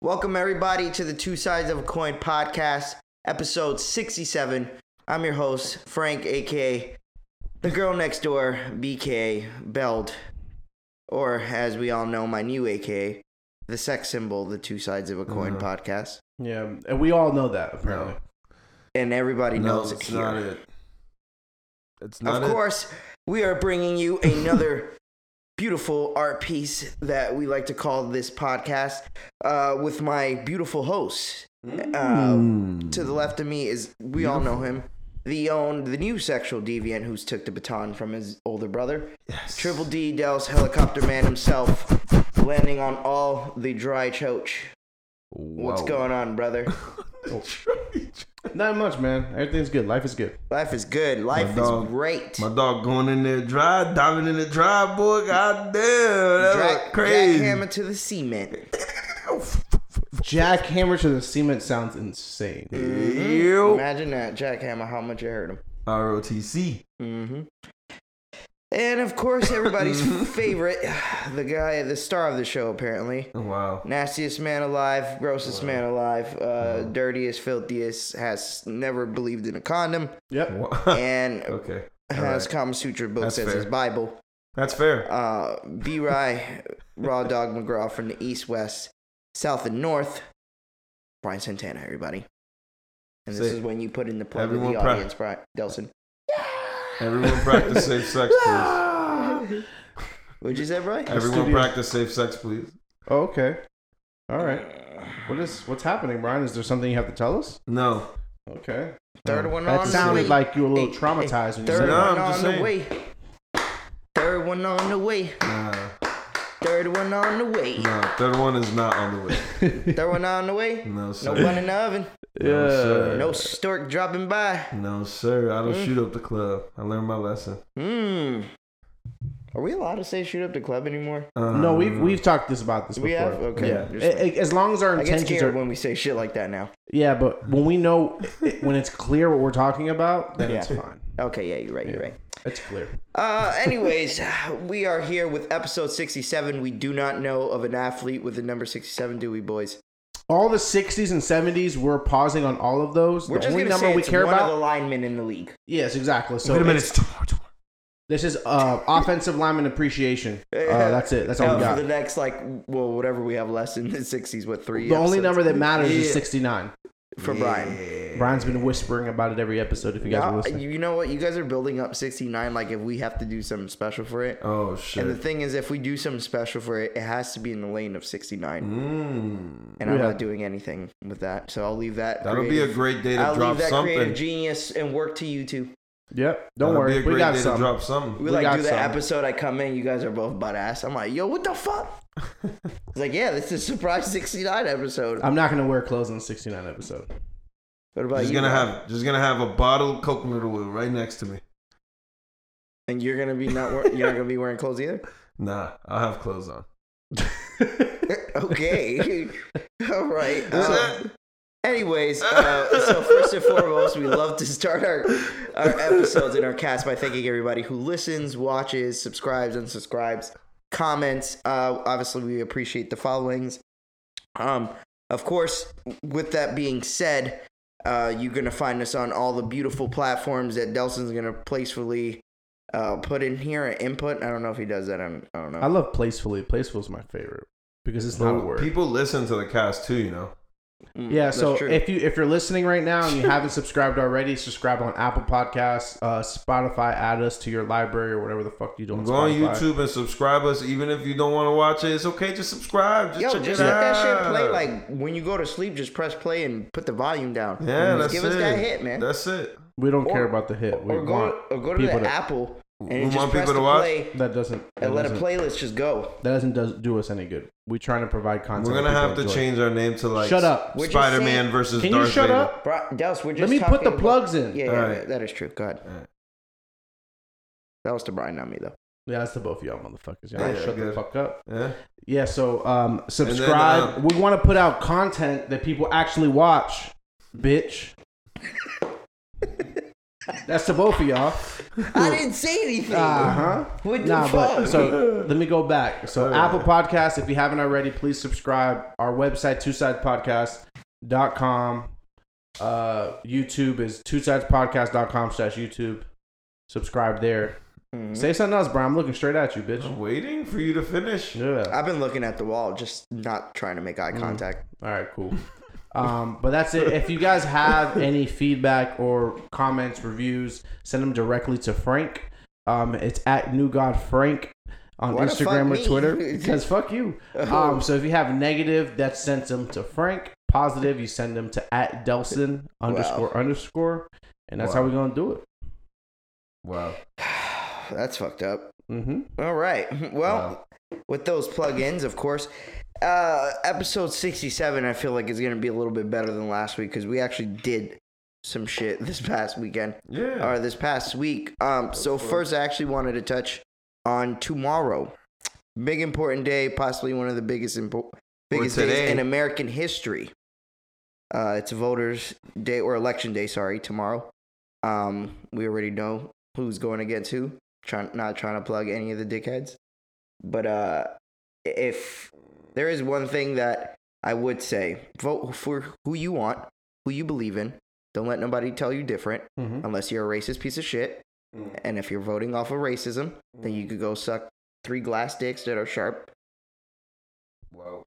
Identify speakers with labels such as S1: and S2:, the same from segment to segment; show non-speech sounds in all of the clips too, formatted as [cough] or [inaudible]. S1: Welcome, everybody, to the Two Sides of a Coin podcast, episode 67. I'm your host, Frank, aka the girl next door, BK Beld, or as we all know, my new aka, the sex symbol, the Two Sides of a Coin
S2: Uh-huh.
S1: podcast.
S3: Yeah, and we all know that apparently.
S1: And everybody
S2: No,
S1: knows it
S2: it's
S1: here.
S2: not it. It's not
S1: Of
S2: it.
S1: course, we are bringing you another [laughs] beautiful art piece that we like to call this podcast uh, with my beautiful host. Uh,
S2: Mm.
S1: to the left of me is, we all know him, the own, the new sexual deviant who's took the baton from his older brother,
S2: Yes.
S1: Triple D Dell's helicopter man himself, landing on all the dry choach. What's
S2: Whoa.
S1: going on,
S2: [laughs]
S1: brother?
S3: [laughs] Not much, man. Everything's good. Life is good.
S1: Life is good. Life is
S2: dog-
S1: great.
S2: My dog going in there dry, diving in the dry, boy. God damn, that
S1: Jack-
S2: was crazy.
S1: Jackhammer to the cement.
S3: [laughs] Jackhammer to the cement sounds insane.
S1: Mm-hmm.
S2: Yo.
S1: Imagine that, Jackhammer, how much it hurt him.
S2: ROTC. Mm-hmm.
S1: And of course, everybody's [laughs] favorite, [sighs] the guy, the star of the show, apparently.
S2: Oh, Wow.
S1: Nastiest man alive, grossest man alive, uh, dirtiest, filthiest, has never believed in a condom,
S3: [laughs] Yep.
S2: Wow.
S1: and
S2: [laughs] okay.
S1: has Kama Sutra books
S2: That's
S1: as his
S2: fair.
S1: Bible.
S2: That's fair.
S1: Uh, B. Rye, [laughs] Raw Dog McGraw from the east, west, south, and north. Brian Santana, everybody. And this
S2: Say-
S1: is when you put in the plug of
S2: Everyone
S1: the
S2: proud.
S1: audience, Brian Delson. [laughs]
S2: Everyone practice safe sex,
S1: Ah.
S2: please.
S3: Oh,
S1: What'd you say, Brian?
S2: Everyone
S3: Studio.
S2: practice safe sex, please.
S3: Oh, okay. All [sighs] right. What is what's happening, Brian? Is there something you have to tell us?
S2: No.
S3: Okay.
S1: Third one
S3: That
S1: on the
S3: sounded
S1: way.
S3: like you were a little
S1: Hey,
S3: traumatized when you
S1: Third
S3: said
S2: No,
S3: that.
S2: I'm
S1: one on
S2: just
S1: the
S2: saying.
S1: way. Third one on the way.
S2: Nah.
S1: Third one on the way.
S2: No. Third one is not on the way.
S3: [laughs]
S1: Third one on the way.
S2: No,
S1: No
S2: [laughs] sir.
S1: bun in the oven.
S2: No, sir.
S1: No stork dropping by.
S2: No, sir. I
S1: Mm.
S2: don't shoot up the club. I learned my lesson.
S1: Hmm. Are we allowed to say shoot up the club anymore?
S2: Uh,
S3: No, we've we've talked this about this before.
S1: We have? Okay.
S3: Yeah.
S1: Just-
S3: A- a- as long as our
S1: I get
S3: intentions
S1: scared
S3: are
S1: when we say shit like that now.
S3: yeah, but when we know when it's clear what we're talking about, then it's
S1: Yeah.
S3: fine.
S1: Okay, yeah, you're right, you're right.
S3: It's clear.
S1: Uh, anyways, [laughs] we are here with episode 67. We do not know of an athlete with the number 67, do we, boys?
S3: All the 60s and 70s, we're pausing on all of those.
S1: We're
S3: the
S1: just
S3: only
S1: going to
S3: number
S1: say
S3: we
S1: it's
S3: care
S1: one
S3: about.
S1: of the linemen in the league.
S3: Yes, exactly. So
S2: Wait a minute.
S3: it's-
S2: It's tomorrow. tomorrow.
S3: This is uh, offensive lineman appreciation. Uh, that's it. That's all
S1: Uh,
S3: we
S1: for
S3: got.
S1: the
S3: The,
S1: next, like, well, whatever we have left in the 60s, what, three
S3: only
S1: episodes?
S3: number that matters is
S2: Yeah.
S3: 69.
S1: for Brian.
S3: Brian's been whispering about it every episode. If you guys
S1: Now,
S3: were listening,
S1: you know what? You guys are building up 69 like if we have to do something special for it.
S2: Oh shit.
S1: And the thing is, if we do something special for it, it has to be in the lane of 69.
S2: Mm-hmm. Mm.
S1: And I'm
S3: Yeah.
S1: not doing anything with that. So I'll leave that.
S2: That'll
S1: creative-
S2: be a great day to
S1: I'll
S2: drop
S1: leave that creative
S2: something.
S1: genius and work to you two.
S3: yep. Don't
S2: That'll
S3: worry,
S2: be a
S3: we
S2: great
S3: got
S2: day
S3: some.
S2: to drop something.
S1: We,
S3: We
S1: like
S3: got
S1: do that
S3: some.
S1: episode. I come in, you guys are both butt ass. I'm like, yo, what the
S2: [laughs]
S1: fuck? it's like, yeah, this is surprise 69 episode.
S3: I'm not gonna wear clothes on the 69 episode. [laughs]
S1: What about
S2: Just
S1: you?
S2: gonna
S1: Rob?
S2: have just gonna have a bottle of coconut oil right next to me.
S1: and you're gonna be not wear- you're not gonna be wearing clothes either.
S2: Nah, I'll have clothes on.
S1: [laughs] okay. [laughs] All right. Um, anyways, uh, [laughs] so first and foremost, we love to start our, our episodes and our cast by thanking everybody who listens, watches, subscribes, unsubscribes, comments. Uh, obviously, we appreciate the followings. Um, of course, with that being said, uh, you're going to find us on all the beautiful platforms that Delson's going to placefully uh, put in here an input. I don't know if he does that. I'm, I don't know.
S3: I love placefully. Placeful's my favorite because it's not a
S2: Well,
S3: word.
S2: people listen to the cast too, you know.
S1: Mm,
S3: yeah.
S1: that's
S3: So
S1: true.
S3: if you if you're listening right
S1: [laughs]
S3: now and you haven't subscribed already, subscribe on Apple Podcasts, uh, Spotify. Add us to your library or whatever the fuck you do on
S2: Go on
S3: Spotify.
S2: YouTube and subscribe us, even if you don't want to watch it. It's okay, just subscribe. Just
S1: Yo,
S2: check
S1: just
S2: it
S1: let
S2: out.
S1: that shit play. Like when you go to sleep, just press play and put the volume down.
S2: yeah,
S1: just
S2: that's
S1: give
S2: it.
S1: us that hit, man.
S2: That's it.
S3: We don't
S1: Or-
S3: care about the hit. We
S1: or
S3: want
S1: go or go to the
S3: people to-
S1: Apple
S2: We
S1: and just
S2: want
S1: press
S2: people to
S1: the
S2: watch.
S1: play
S3: That doesn't. That
S1: and let a
S3: doesn't,
S1: playlist just go.
S3: That doesn't does, do us any good. We're trying to provide content.
S2: We're gonna
S3: that
S2: have to
S3: people enjoy.
S2: change our name to like
S3: Shut up.
S1: We're just
S2: Spider-Man
S1: saying-
S2: versus
S3: Can you
S2: Darth
S3: shut
S2: Vader.
S3: up?
S1: Bro, Dallas, we're just
S3: me put
S1: talking
S3: the
S1: about-
S3: plugs in.
S1: Yeah, yeah,
S2: All right.
S1: yeah, that is true. Go ahead.
S2: All right.
S1: That was to Brian, not me though.
S3: Yeah, that's the both of y'all motherfuckers. Y'all
S2: Yeah,
S3: don't shut the
S2: good.
S3: fuck up.
S2: Yeah.
S3: Yeah. So um,
S2: then,
S3: subscribe.
S2: uh,
S3: we want to put out content that people actually watch. Bitch. That's to both of y'all.
S1: I didn't say anything.
S3: Uh huh.
S1: What the
S3: Nah, but
S1: fuck?
S3: so let me go back. So Apple Podcasts, if you haven't already, please subscribe. Our website, two sides podcast.com. Uh YouTube is two sides podcast.com slash YouTube. Subscribe there.
S2: Mm-hmm.
S1: Mhm.
S3: Say something else, bro. I'm looking straight at you, bitch.
S2: I'm waiting for you to finish.
S3: Yeah.
S1: I've been looking at the wall, just not trying to make
S3: Mm.
S1: eye contact.
S3: All right, cool. [laughs] Um, but that's it. If you guys have any feedback or comments, reviews, send them directly to Frank. Um, it's at New God Frank on
S1: Why the
S3: Instagram
S1: fuck
S3: or
S1: me? [laughs] Oh.
S3: Twitter. Because fuck you. Um, so if you have negative, that sends them to Frank. Positive, you send them to at Delson underscore underscore, and that's how
S2: Wow.
S3: we're gonna do it.
S2: Wow.
S1: That's fucked up.
S3: Mm-hmm.
S1: All right. [laughs] Well, with those plugins, of course. Uh, episode 67, I feel like, is going to be a little bit better than last week because we actually did some shit this past weekend
S2: Yeah.
S1: or this past week. Um, so, first, I actually wanted to touch on tomorrow. Big important day, possibly one of the biggest, impo- biggest days
S2: today.
S1: in American history. Uh, it's voters' day or election day, sorry, tomorrow. Um, we already know who's going against who. Trying not trying to plug any of the dickheads, but uh, if there is one thing that I would say, vote for who you want, who you believe in. Don't let nobody tell you different,
S3: Mm-hmm.
S1: unless you're a racist piece of shit. And if you're voting off of racism, then you could go suck three glass dicks that are sharp.
S2: Wow.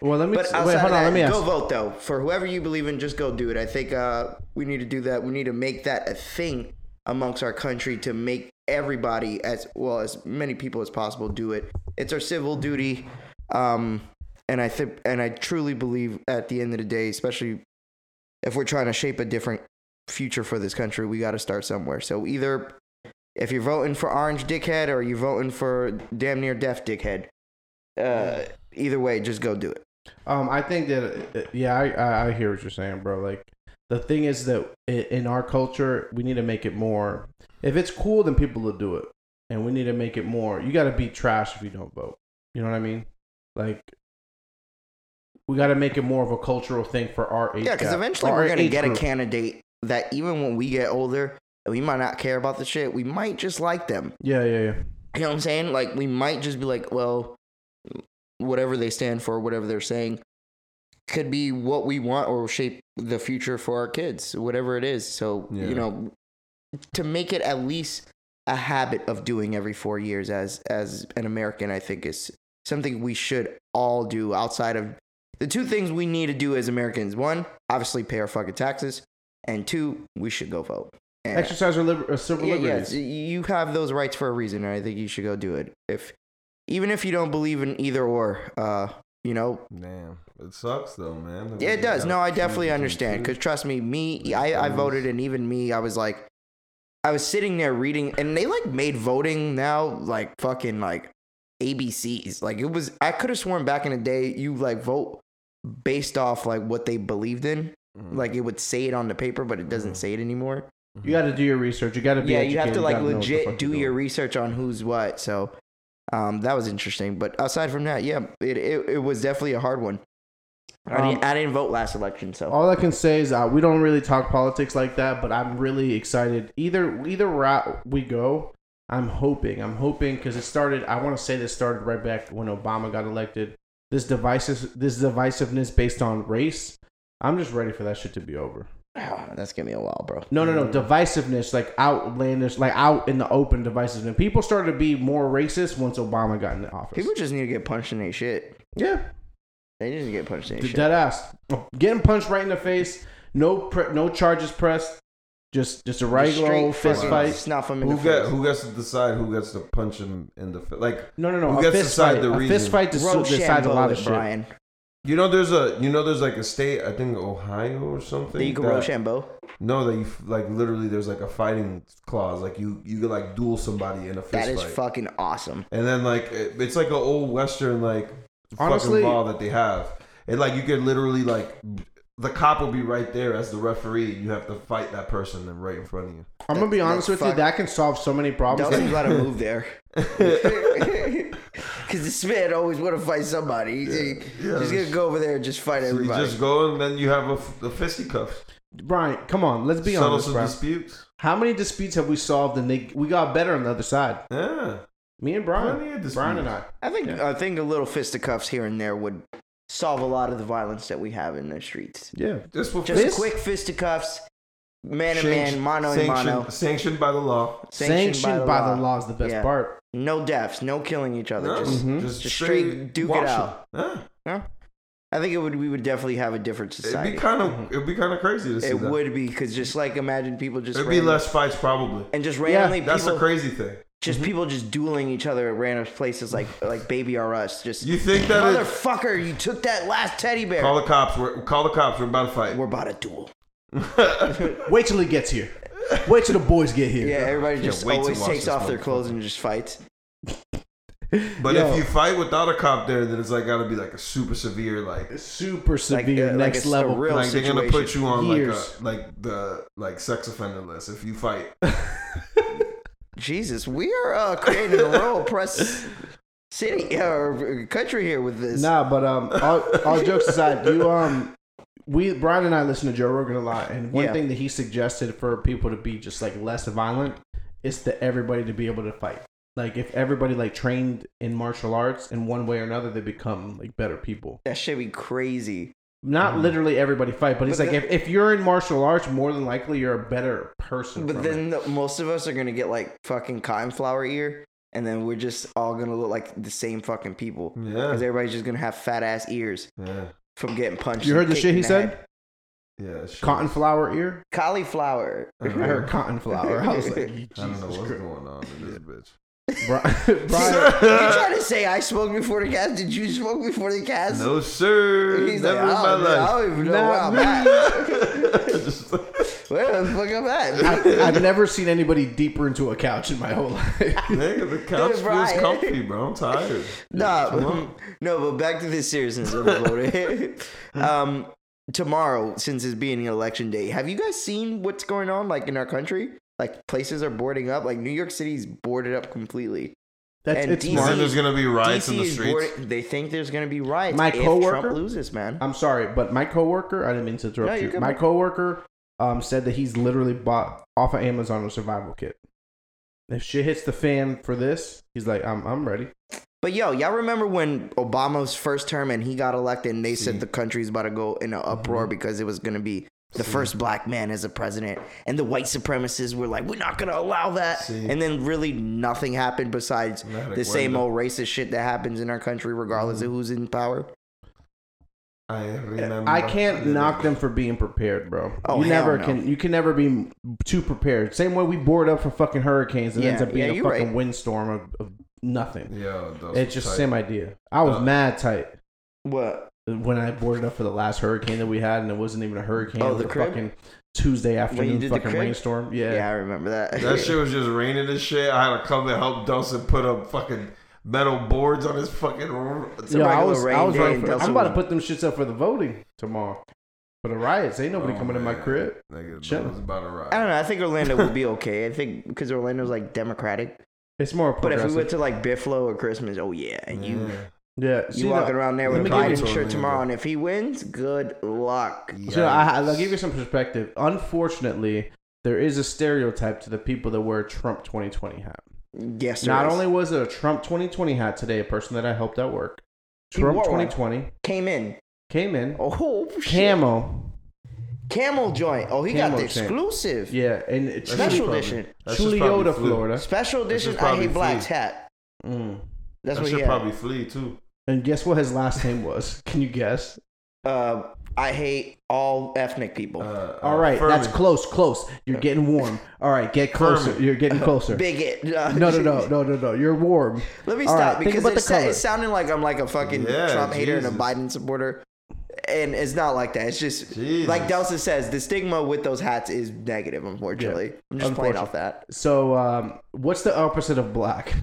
S3: Well, let me
S1: But
S3: wait.
S1: outside
S3: Hold on.
S1: of that,
S3: Let me ask.
S1: go vote though for whoever you believe in. Just go do it. I think uh, we need to do that. We need to make that a thing amongst our country to make everybody as well as many people as possible do it. It's our civil duty, um, and I think and I truly believe at the end of the day, especially if we're trying to shape a different future for this country, we got to start somewhere. So either if you're voting for orange dickhead or you're voting for damn near deaf dickhead, uh, either way, just go do it.
S3: Um, I think that uh, yeah, I, I I hear what you're saying, bro. Like the thing is that i- in our culture, we need to make it more. If it's cool, then people will do it, and we need to make it more. You got to be trash if you don't vote. You know what I mean? Like we got to make it more of a cultural thing for our age.
S1: Yeah, because
S3: gap-
S1: eventually
S3: our
S1: we're gonna
S3: age
S1: get a
S3: group.
S1: candidate that even when we get older, we might not care about the shit. We might just like them.
S3: Yeah, yeah, yeah.
S1: You know what I'm saying? Like we might just be like, well, whatever they stand for, whatever they're saying, could be what we want or shape the future for our kids, whatever it is. So
S2: Yeah.
S1: you know, to make it at least a habit of doing every four years as as an American, I think is something we should all do outside of the two things we need to do as Americans. One, obviously pay our fucking taxes, and two, we should go vote. And-
S3: Exercise your liber- uh, civil
S1: yeah, yeah,
S3: liberties.
S1: it's- you have those rights for a reason, and I think you should go do it. If even if you don't believe in either or, uh, you know,
S2: Damn. It sucks though, man. that
S1: yeah,
S2: we
S1: it does.
S2: gotta
S1: No, I
S2: choose
S1: definitely
S2: between
S1: understand.
S2: two.
S1: Because trust me, me, I, I
S2: Yes.
S1: voted, and even me, I was like, I was sitting there reading, and they like made voting now like fucking like ABCs. Like it was, I could have sworn back in the day, you like vote based off like what they believed in.
S2: Mm.
S1: Like it would say it on the paper, but it doesn't say it anymore.
S3: you got to do your research. You got to be.
S1: Yeah, you have
S3: educated.
S1: to like
S3: gotta know what the
S1: legit
S3: fuck you're
S1: do
S3: doing.
S1: your research on who's what. So um, that was interesting. But aside from that, yeah, it it, it was definitely a hard one. I,
S3: Um,
S1: didn't, I didn't vote last election, so
S3: All I can say is uh, we don't really talk politics like that, but I'm really excited. Either either route we go, I'm hoping. I'm hoping because it started. I want to say this started right back when Obama got elected. This divisive this divisiveness based on race. I'm just ready for that shit to be over.
S1: [sighs] that's gonna be a while, bro.
S3: No, no, no. Divisiveness, like outlandish, like out in the open divisiveness. People started to be more racist once Obama got in office.
S1: People just need to get punched in their shit.
S3: yeah,
S1: They need to get punched in their shit.
S3: dead ass. Oh, Getting punched right in the face. No, pre- no charges pressed. Just, just a regular
S1: Straight
S3: old fist
S1: fucking
S3: fight.
S1: Snuff them in
S2: Who
S1: the
S2: got?
S1: face.
S2: Who gets to decide who gets to punch him in the face? Like
S3: No, no, no.
S2: Who
S3: A
S2: gets to
S3: fist
S2: decide
S3: fight.
S2: the
S3: A fist
S2: reason?
S3: fight dis- decides a lot of
S1: it,
S3: shit.
S1: Brian.
S2: you know, there's a you know there's like a state I think Ohio or something.
S1: The
S2: that-
S1: Rochambeau.
S2: No, that you f- like literally there's like a fighting clause. Like you you could like duel somebody in a fist
S1: That is
S2: fight.
S1: fucking awesome.
S2: and then like it- it's like an old western like
S3: Honestly-
S2: fucking ball that they have. And like you could literally like the cop will be right there as the referee. You have to fight that person and right in front of you.
S3: I'm gonna be
S1: That-
S3: honest
S1: that
S3: with you.
S1: fuck-
S3: That can solve so many problems.
S1: Don't you
S2: [laughs]
S1: gotta move there? Because this man always want to fight somebody. He's,
S2: Yeah.
S1: he's gonna go over there and just fight
S2: So you
S1: everybody.
S2: just go and then you have a, f- a fisticuffs.
S3: Brian, come on, let's be
S2: Settle
S3: honest,
S2: some
S3: bro.
S2: disputes.
S3: How many disputes have we solved and they we got better on the other side?
S2: Yeah,
S3: Me and Brian,
S2: plenty of disputes.
S3: Brian and I.
S1: I think
S3: Yeah.
S1: I think a little fisticuffs here and there would solve a lot of the violence that we have in the streets.
S3: Yeah,
S2: Just for
S1: Just
S3: This-
S1: quick fisticuffs, man to
S2: Sanct-
S1: man, mano a
S2: sanctioned,
S1: mano.
S2: sanctioned by the law.
S1: Sanctioned
S3: sanctioned, by, the, law is the best
S1: Yeah.
S3: part.
S1: No deaths, no killing each other.
S2: No,
S1: Just,
S3: Mhm.
S2: just
S1: just straight duke it
S2: washing.
S1: out.
S2: Yeah.
S1: I think it would. We would definitely have a different
S2: It'd
S1: society.
S2: be kind of
S3: Mm-hmm.
S2: it'd be kind of crazy to see
S1: It
S2: that.
S1: would be because just like imagine people just
S2: There'd be
S1: randomly-
S2: less fights probably.
S1: and just
S3: Yeah,
S1: randomly
S2: That's
S1: people
S2: the crazy thing.
S1: just
S3: Mm-hmm.
S1: people just dueling each other at random places like like Baby R Us. Just
S2: You think that it's-
S1: motherfucker, you took that last teddy bear.
S2: Call the cops. We're, call the cops. We're about to fight.
S1: We're about to duel.
S3: Wait till he gets here. Wait till the boys get here.
S1: Yeah, everybody
S2: Can't
S1: just
S2: wait to
S1: always
S2: watch
S1: takes
S2: this
S1: off their
S2: motherfucker.
S1: clothes and just fights.
S2: But
S3: Yo.
S2: if you fight without a cop there, then it's like got to be like a super severe like
S3: super
S1: Like,
S3: severe
S1: uh, like
S3: next
S1: it's a
S3: level.
S1: real
S2: like they're gonna put
S1: situation.
S2: you on
S3: Years.
S2: like a like the like sex offender list if you fight.
S1: [laughs] Jesus, we are uh, creating a real
S3: [laughs]
S1: oppressed city or country here with this.
S3: Nah, but um, all, all jokes aside, you um, we Brian and I listen to Joe Rogan a lot, and one
S1: Yeah.
S3: thing that he suggested for people to be just like less violent is to everybody to be able to fight. Like if everybody like trained in martial arts in one way or another, they become like better people.
S1: That should be crazy.
S3: Not literally everybody fight, but he's
S1: Mm-hmm. But
S3: like if, if you're in martial arts, more than likely you're a better person.
S1: But then the, most of us are gonna get like fucking cotton flower ear, and then we're just all gonna look like the same fucking people because
S2: Yeah,
S1: everybody's just gonna have fat ass ears
S2: yeah,
S1: from getting punched.
S3: you
S1: and
S3: heard the
S1: kicked
S3: shit
S1: in
S3: he
S1: head.
S3: said.
S2: yeah. Sure.
S3: Cotton flower ear.
S1: Cauliflower.
S2: I
S3: Uh, I heard cotton flower. I was
S1: [laughs]
S3: like, [laughs]
S2: I don't know
S3: Jesus
S2: what's
S3: Christ.
S2: going on in this bitch.
S3: Bri- Brian,
S1: you trying to say I smoked before the cast? Did you smoke before the cast?
S2: No sir,
S1: He's like,
S2: never
S1: I
S2: in
S1: don't,
S2: my
S1: know- I
S2: life.
S1: don't even know
S3: Nah,
S1: where I'm at.
S2: [laughs] Just like-
S1: Where the fuck I'm at?
S3: I, I've never seen anybody deeper into a couch in my whole life. [laughs]
S2: Nigga,
S1: [laughs]
S2: the couch feels
S1: Brian.
S2: comfy, bro. I'm tired.
S1: [laughs] [laughs] No, no, but back to the seriousness of the vote. [laughs] um, tomorrow, since it's being election day, have you guys seen what's going on like in our country? Like places are boarding up. Like New York City's boarded up completely.
S3: That's
S1: And
S3: it's
S1: DC
S2: You said
S3: smart.
S2: there's gonna be riots
S1: DC
S2: in the
S1: is
S2: streets.
S1: boarding- they think there's gonna be riots.
S3: My
S1: if
S3: coworker-
S1: Trump loses, man.
S3: I'm sorry, but my coworker, I didn't mean to interrupt
S1: No, you're
S3: you.
S1: good,
S3: my
S1: man.
S3: coworker um, said that he's literally bought off of Amazon a survival kit. If shit hits the fan for this, he's like, I'm I'm ready.
S1: But yo, y'all remember when Obama's first term and he got elected and they said
S2: See. Mm-hmm.
S1: the country's about to go in an uproar because it was going to be the first black man as a president and the white supremacists were like, we're not going to allow that.
S2: See.
S1: And then really nothing happened besides
S2: Not a Mm-hmm.
S1: the same
S2: Gwenda.
S1: old racist shit that happens in our country, regardless of who's in power.
S2: I remember.
S3: I can't knock them for being prepared, bro.
S1: Oh,
S3: you
S1: hell
S3: never
S1: no.
S3: can. You can never be m- too prepared. Same way we board up for fucking hurricanes and
S1: Yeah,
S3: ends up being
S1: yeah,
S3: a
S1: you're
S3: fucking
S1: right.
S3: windstorm of, of nothing.
S2: [laughs] Yo, those
S3: It's just
S2: tight.
S3: same idea. I was
S2: Uh,
S3: mad tight.
S1: What?
S3: when I boarded up for the last hurricane that we had, and it wasn't even a hurricane.
S1: Oh,
S3: it was
S1: the
S3: a
S1: crib?
S3: fucking Tuesday afternoon
S1: did the
S3: fucking
S1: crib?
S3: rainstorm. Yeah.
S1: Yeah, I remember that. [laughs]
S2: That shit was just raining and shit. I had to come and help Dustin put up fucking metal boards on his fucking. room.
S1: a
S3: Yo, I
S1: regular
S3: was, I
S1: rain
S3: was
S1: day
S3: ready
S1: in
S3: for- I'm
S1: Tulsa.
S3: about to put them shits up for the voting tomorrow for the riots. Ain't nobody
S2: Oh,
S3: coming in my
S2: man.
S3: crib.
S2: Nigga, that
S3: Chillin'.
S2: was about to
S1: I
S2: ride.
S1: don't know. I think Orlando would be okay. I think because Orlando's like
S2: [laughs]
S1: democratic.
S3: It's more
S1: But if
S3: progressive.
S1: we went to like Biflo or Christmas, oh yeah, and you
S3: yeah, See,
S1: You
S3: no,
S1: walking around there
S3: let
S1: with a
S3: me give you-
S1: Biden shirt
S2: Totally
S1: tomorrow,
S2: agree.
S1: and if he wins, good luck.
S2: Yeah.
S3: So I, I'll give you some perspective. Unfortunately, there is a stereotype to the people that wear a Trump 2020 hat.
S1: Yes, there
S3: Not
S1: is.
S3: only was it a Trump 2020 hat today, a person that I helped at work,
S1: He
S3: Trump
S1: wore one.
S3: 2020
S1: came in.
S3: came in,
S1: Oh shit!
S3: camo.
S1: Camel joint. Oh, he got
S3: Camel
S1: the
S3: chain.
S1: exclusive
S3: Yeah, and it's
S2: That's
S1: special
S2: just probably-
S1: edition.
S2: That shit's probably
S3: Chuliota,
S2: flu.
S3: Florida.
S1: Special
S2: This
S1: edition.
S2: is
S1: I
S2: probably
S1: hate Black's
S2: free.
S1: hat.
S3: Mm.
S1: That's
S2: that
S1: what he
S2: should
S1: had.
S2: probably flee too.
S3: And guess what his last name was? [laughs] Can you guess?
S1: Uh, I hate all ethnic people.
S2: Uh,
S3: All right,
S2: Furman.
S3: that's close, close. You're getting warm. All right, get closer.
S2: Furman.
S3: You're getting
S1: [laughs]
S3: closer.
S1: Bigot.
S3: [laughs] No, no, no, no, no, no. You're warm.
S1: Let me
S3: All
S1: stop
S3: right, think
S1: because
S3: about
S1: it,
S3: the
S1: sa-
S3: color.
S1: it sounded like I'm like a fucking
S2: Yeah,
S1: Trump hater and a
S2: Jesus.
S1: Biden supporter. And it's not like that. It's just
S2: Jesus.
S1: like Delsa says, the stigma with those hats is negative, unfortunately. I'm just playing off that.
S3: So, um, what's the opposite of black?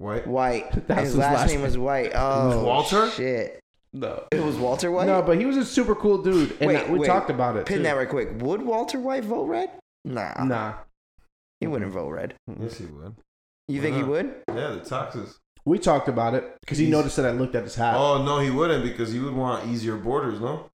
S2: Wait.
S1: White.
S3: [laughs] That's
S1: his
S3: his
S1: last,
S3: last
S1: name was White.
S2: was
S1: Oh,
S2: Walter?
S1: Shit.
S3: No.
S1: It was Walter White.
S3: No, but he was a super cool dude, and
S1: Wait,
S3: we
S1: wait.
S3: talked about it.
S1: pin
S3: too.
S1: that right quick. Would Walter White vote red? Nah,
S3: Nah,
S1: he wouldn't vote red.
S2: Yes, he would.
S1: You think he
S2: Wow.
S1: would?
S2: Yeah, the taxes.
S3: we talked about it because he
S2: He's-
S3: noticed that I looked at his hat.
S2: Oh no, he wouldn't because he would want easier borders. No.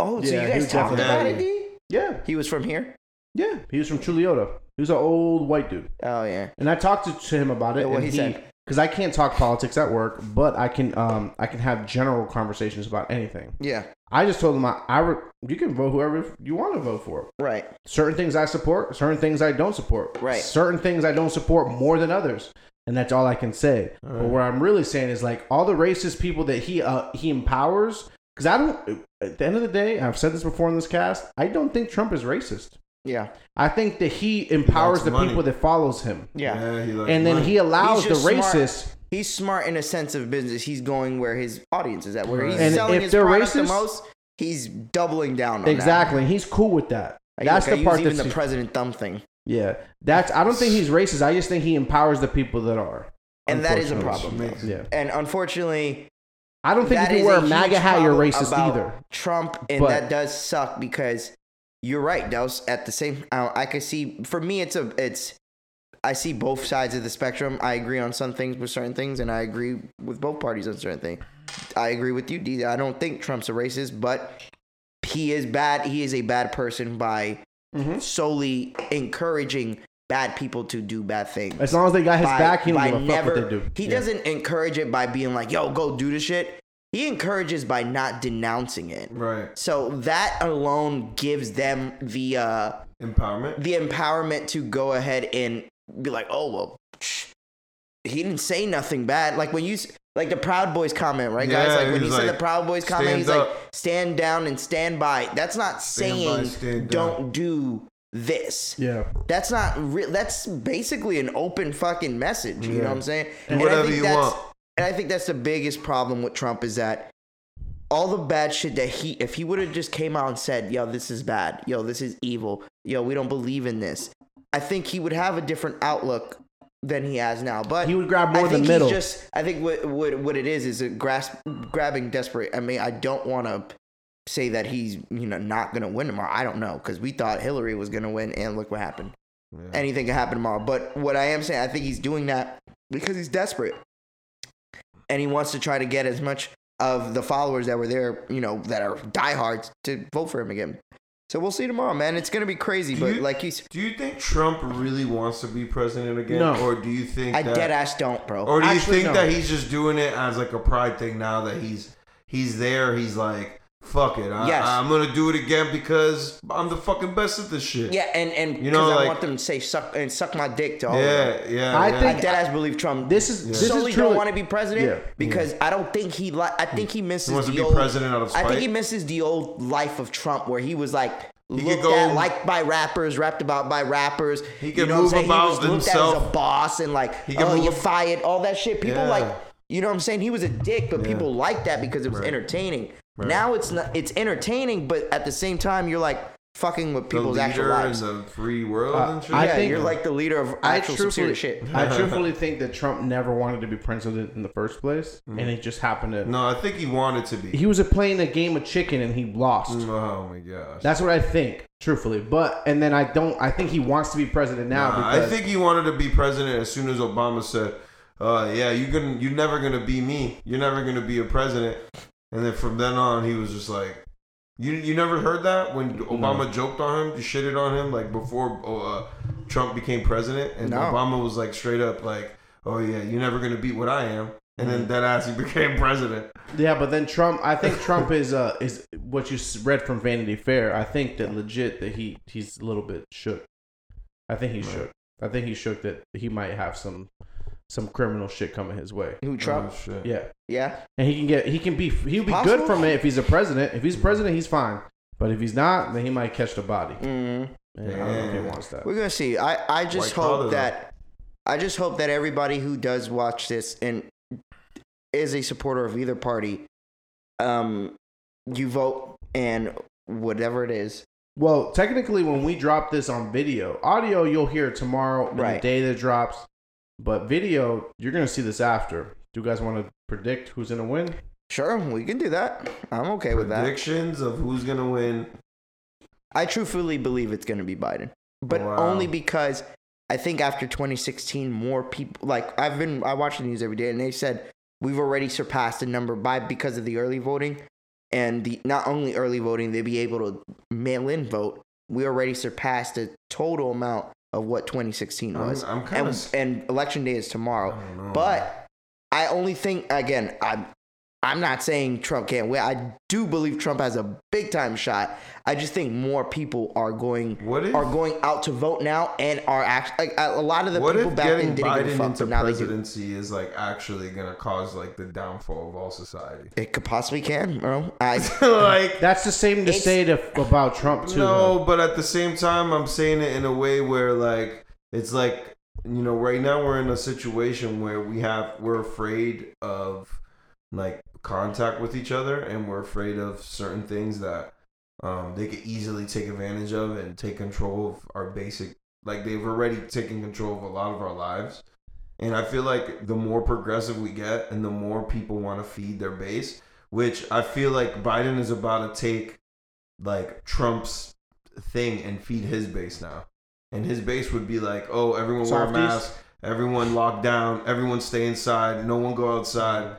S1: Oh, so
S3: Yeah,
S1: you
S3: he
S1: guys
S3: would
S1: talked
S2: definitely-
S1: about it, D?
S3: Yeah,
S1: He was from here.
S3: yeah. He was from Chuliota. He was an old white dude,
S1: Oh yeah.
S3: and I talked to, to him about it.
S1: Yeah, what
S3: and
S1: he said.
S3: Because I can't talk politics at work, but I can um I can have general conversations about anything.
S1: Yeah.
S3: I just told him I, I re- you can vote whoever you want to vote for.
S1: Right.
S3: Certain things I support, certain things I don't support.
S1: Right.
S3: Certain things I don't support more than others, and that's all I can say. But
S2: Alright.
S3: what I'm really saying is like all the racist people that he uh, he empowers. Because I don't. At the end of the day, I've said this before in this cast. I don't think Trump is racist.
S1: Yeah.
S3: I think that he empowers
S2: likes
S3: the
S2: money.
S3: people that follows him,
S1: Yeah.
S2: he likes
S3: and then
S2: money.
S3: he allows
S1: He's
S3: the
S1: just smart.
S3: racist.
S1: He's smart in a sense of business. He's going where his audience is at. Where he's
S2: Right. And
S1: selling
S3: if
S1: his
S3: they're
S1: product the
S3: racist-
S1: most, he's doubling down on
S3: Exactly, he's cool with that.
S1: that.
S3: That's
S1: Like,
S3: the
S1: I
S3: part
S1: use even
S3: that's
S1: the president thumb thing,
S3: yeah. That's I don't think he's racist. I just think he empowers the people that are,
S1: and that is a
S3: Unfortunately.
S1: problem. though.
S3: Yeah,
S1: And unfortunately,
S3: I don't think
S1: That
S3: if
S1: is
S3: you wear
S1: a
S3: a MAGA
S1: huge
S3: hat, you're
S1: problem
S3: racist
S1: about
S3: either.
S1: Trump, and
S3: But-
S1: that does suck because you're right, Dos. At the same, I, I could see. For me, it's a it's. I see both sides of the spectrum. I agree on some things with certain things, and I agree with both parties on certain things. I agree with you, D. I don't think Trump's a racist, but he is bad. He is a bad person by
S3: Mhm.
S1: solely encouraging bad people to do bad things
S3: As long as they got his
S1: by-
S3: back, he
S1: by
S3: don't give a fuck what they do.
S1: He
S3: Yeah.
S1: doesn't encourage it by being like, "Yo, go do this shit." He encourages by not denouncing it.
S2: right
S1: So that alone gives them the uh,
S2: empowerment.
S1: the empowerment to go ahead and be like, "Oh well, psh, he didn't say nothing bad." Like when you s- like the Proud Boys comment, right,
S2: Yeah,
S1: guys? Like
S2: he
S1: when he
S2: was
S1: said
S2: like,
S1: the Proud Boys comment,
S2: "Stand
S1: he's
S2: up."
S1: like, "Stand down and stand by." That's not
S2: Stand by,
S1: saying
S2: stand down.
S1: don't do this.
S3: Yeah,
S1: That's not real. That's basically an open fucking message. You know
S2: Yeah.
S1: what I'm saying?
S3: Do
S1: I
S2: whatever
S1: think
S2: you
S1: that's-
S2: want.
S1: And I think that's the biggest problem with Trump is that all the bad shit that he, if he would have just came out and said, "Yo, this is bad. Yo, this is evil. Yo, we don't believe in this," I think he would have a different outlook than he has now. But
S3: he would grab
S1: I
S3: more
S1: think
S3: the middle.
S1: he's just. I think what what what it is is a grasp grabbing desperate. I mean, I don't want to say that he's you know not gonna win tomorrow. I don't know because we thought Hillary was gonna win, and look what happened
S2: Yeah.
S1: anything can happen tomorrow. But what I am saying, I think he's doing that because he's desperate, and he wants to try to get as much of the followers that were there, you know, that are diehards, to vote for him again. So we'll see tomorrow, man. It's gonna be crazy,
S2: Do
S1: but
S2: you-
S1: like he's,
S2: Do you think Trump really wants to be president again,
S3: No.
S2: or do you think
S1: I
S2: that,
S1: dead ass don't, bro.
S2: or do you
S3: Actually,
S2: think
S3: no.
S2: that he's just doing it as like a pride thing now that he's he's there? He's like, fuck it, I,
S1: Yes.
S2: I'm gonna do it again because I'm the fucking best at this shit.
S1: yeah, and and
S2: You
S1: you
S2: know,
S1: I
S2: like-
S1: want them to say suck and suck my dick to all. Of them.
S2: yeah, yeah.
S3: I
S2: yeah.
S1: I
S3: think-
S1: dead ass believe Trump.
S3: this is this
S1: solely
S3: is
S1: don't
S3: truly.
S1: want to be president
S3: Yeah.
S1: because I don't think he li- I think he misses
S2: he wants to
S1: the
S2: be
S1: old
S2: president out of spite.
S1: I think he misses the old life of Trump where he was like
S2: could
S1: looked
S2: go-
S1: at, liked by rappers, rapped about by rappers.
S2: He
S1: you
S2: could
S1: know what I'm
S2: move
S1: saying?
S2: about
S1: he was looked at as
S2: himself.
S1: a boss and like,
S2: He could
S1: oh,
S2: move
S1: you
S2: ab-
S1: fired, all that shit. People
S2: Yeah.
S1: like, you know what I'm saying? He was a dick, but
S2: Yeah.
S1: people liked that because it was
S2: Right.
S1: entertaining.
S2: Right.
S1: Now it's not, it's entertaining, but at the same time, you're like fucking with
S2: the
S1: people's actual
S2: leader in
S1: lives.
S2: the free world
S3: Uh,
S2: and shit.
S3: I
S1: yeah,
S3: think-
S1: you're like the leader of
S3: I
S1: actual some serious shit. [laughs]
S3: truthfully- I truthfully think that Trump never wanted to be president in the first place,
S1: Mm.
S3: and it just happened to.
S2: no, I think he wanted to be.
S3: He was playing a game of chicken and he lost.
S2: oh my gosh.
S3: That's what I think, truthfully. But and then I don't. I think he wants to be president now
S2: Nah, I
S3: because
S2: think he wanted to be president as soon as Obama said, uh, "Yeah, you can. You're never gonna be me. You're never gonna be a president." And then from then on, he was just like, "You you never heard that when Obama joked on him, you shitted on him like before uh, Trump became president, and
S1: No.
S2: Obama was like straight up like, "Oh yeah, you're never gonna be what I am." And
S1: Mm.
S2: then that ass he [laughs] became president. Oh,
S3: yeah. But then Trump. I
S2: [laughs]
S3: think Trump is uh is what you s- read from Vanity Fair. I think that legit that he he's a little bit shook. I think he shook. I think he shook that he might have some some criminal shit coming his way.
S1: Who Trump?
S2: Oh, shit.
S3: Yeah.
S1: Yeah.
S3: and he can get he can be he'll be
S1: Possible?
S3: good from it if he's a president. If he's president, he's fine. But if he's not, then he might catch the body.
S1: Mm.
S3: And I don't know if
S2: Yeah.
S3: he wants that.
S1: We're gonna see. I, I just
S2: White collar,
S1: hope
S2: though.
S1: that I just hope that everybody who does watch this and is a supporter of either party, um, you vote and whatever it is.
S3: Well, technically, when we drop this on video, audio you'll hear tomorrow, and the
S1: Right.
S3: day that it drops. But video, you're gonna see this after. Do you guys want to predict who's gonna win?
S1: Sure, we can do that. I'm okay with that.
S2: Predictions of who's gonna win.
S1: I truthfully believe it's gonna be Biden, but
S2: Wow.
S1: only because I think after 2016, more people like I've been I watch the news every day, and they said we've already surpassed the number by because of the early voting and the not only early voting, they'd be able to mail in vote. we already surpassed the total amount of what 2016
S2: I'm,
S1: was.
S2: I'm kind
S1: And,
S2: of.
S1: and election day is tomorrow.
S2: I don't know.
S1: But I only think again, I'm I'm not saying Trump can't win. I do believe Trump has a big time shot. I just think more people are going
S2: what if
S1: are going out to vote now and are actually like, a a lot of the
S2: what
S1: people
S2: if
S1: back then
S2: getting
S1: didn't give a
S2: Biden
S1: fuck,
S2: into
S1: but now they do.
S2: presidency is like actually gonna cause like the downfall of all society? [laughs]
S1: It could possibly can, bro. I
S2: like
S3: That's the same to
S1: It's-
S3: say to, about Trump too.
S2: no, but at the same time, I'm saying it in a way where like it's like you know right now we're in a situation where we have we're afraid of like contact with each other and we're afraid of certain things that um, they could easily take advantage of and take control of our basic like they've already taken control of a lot of our lives and i feel like the more progressive we get and the more people want to feed their base which i feel like biden is about to take like trump's thing and feed his base now and his base would be like oh everyone wear a
S3: Softies?
S2: mask everyone locked down everyone stay inside no one go
S1: Mm-hmm.
S2: outside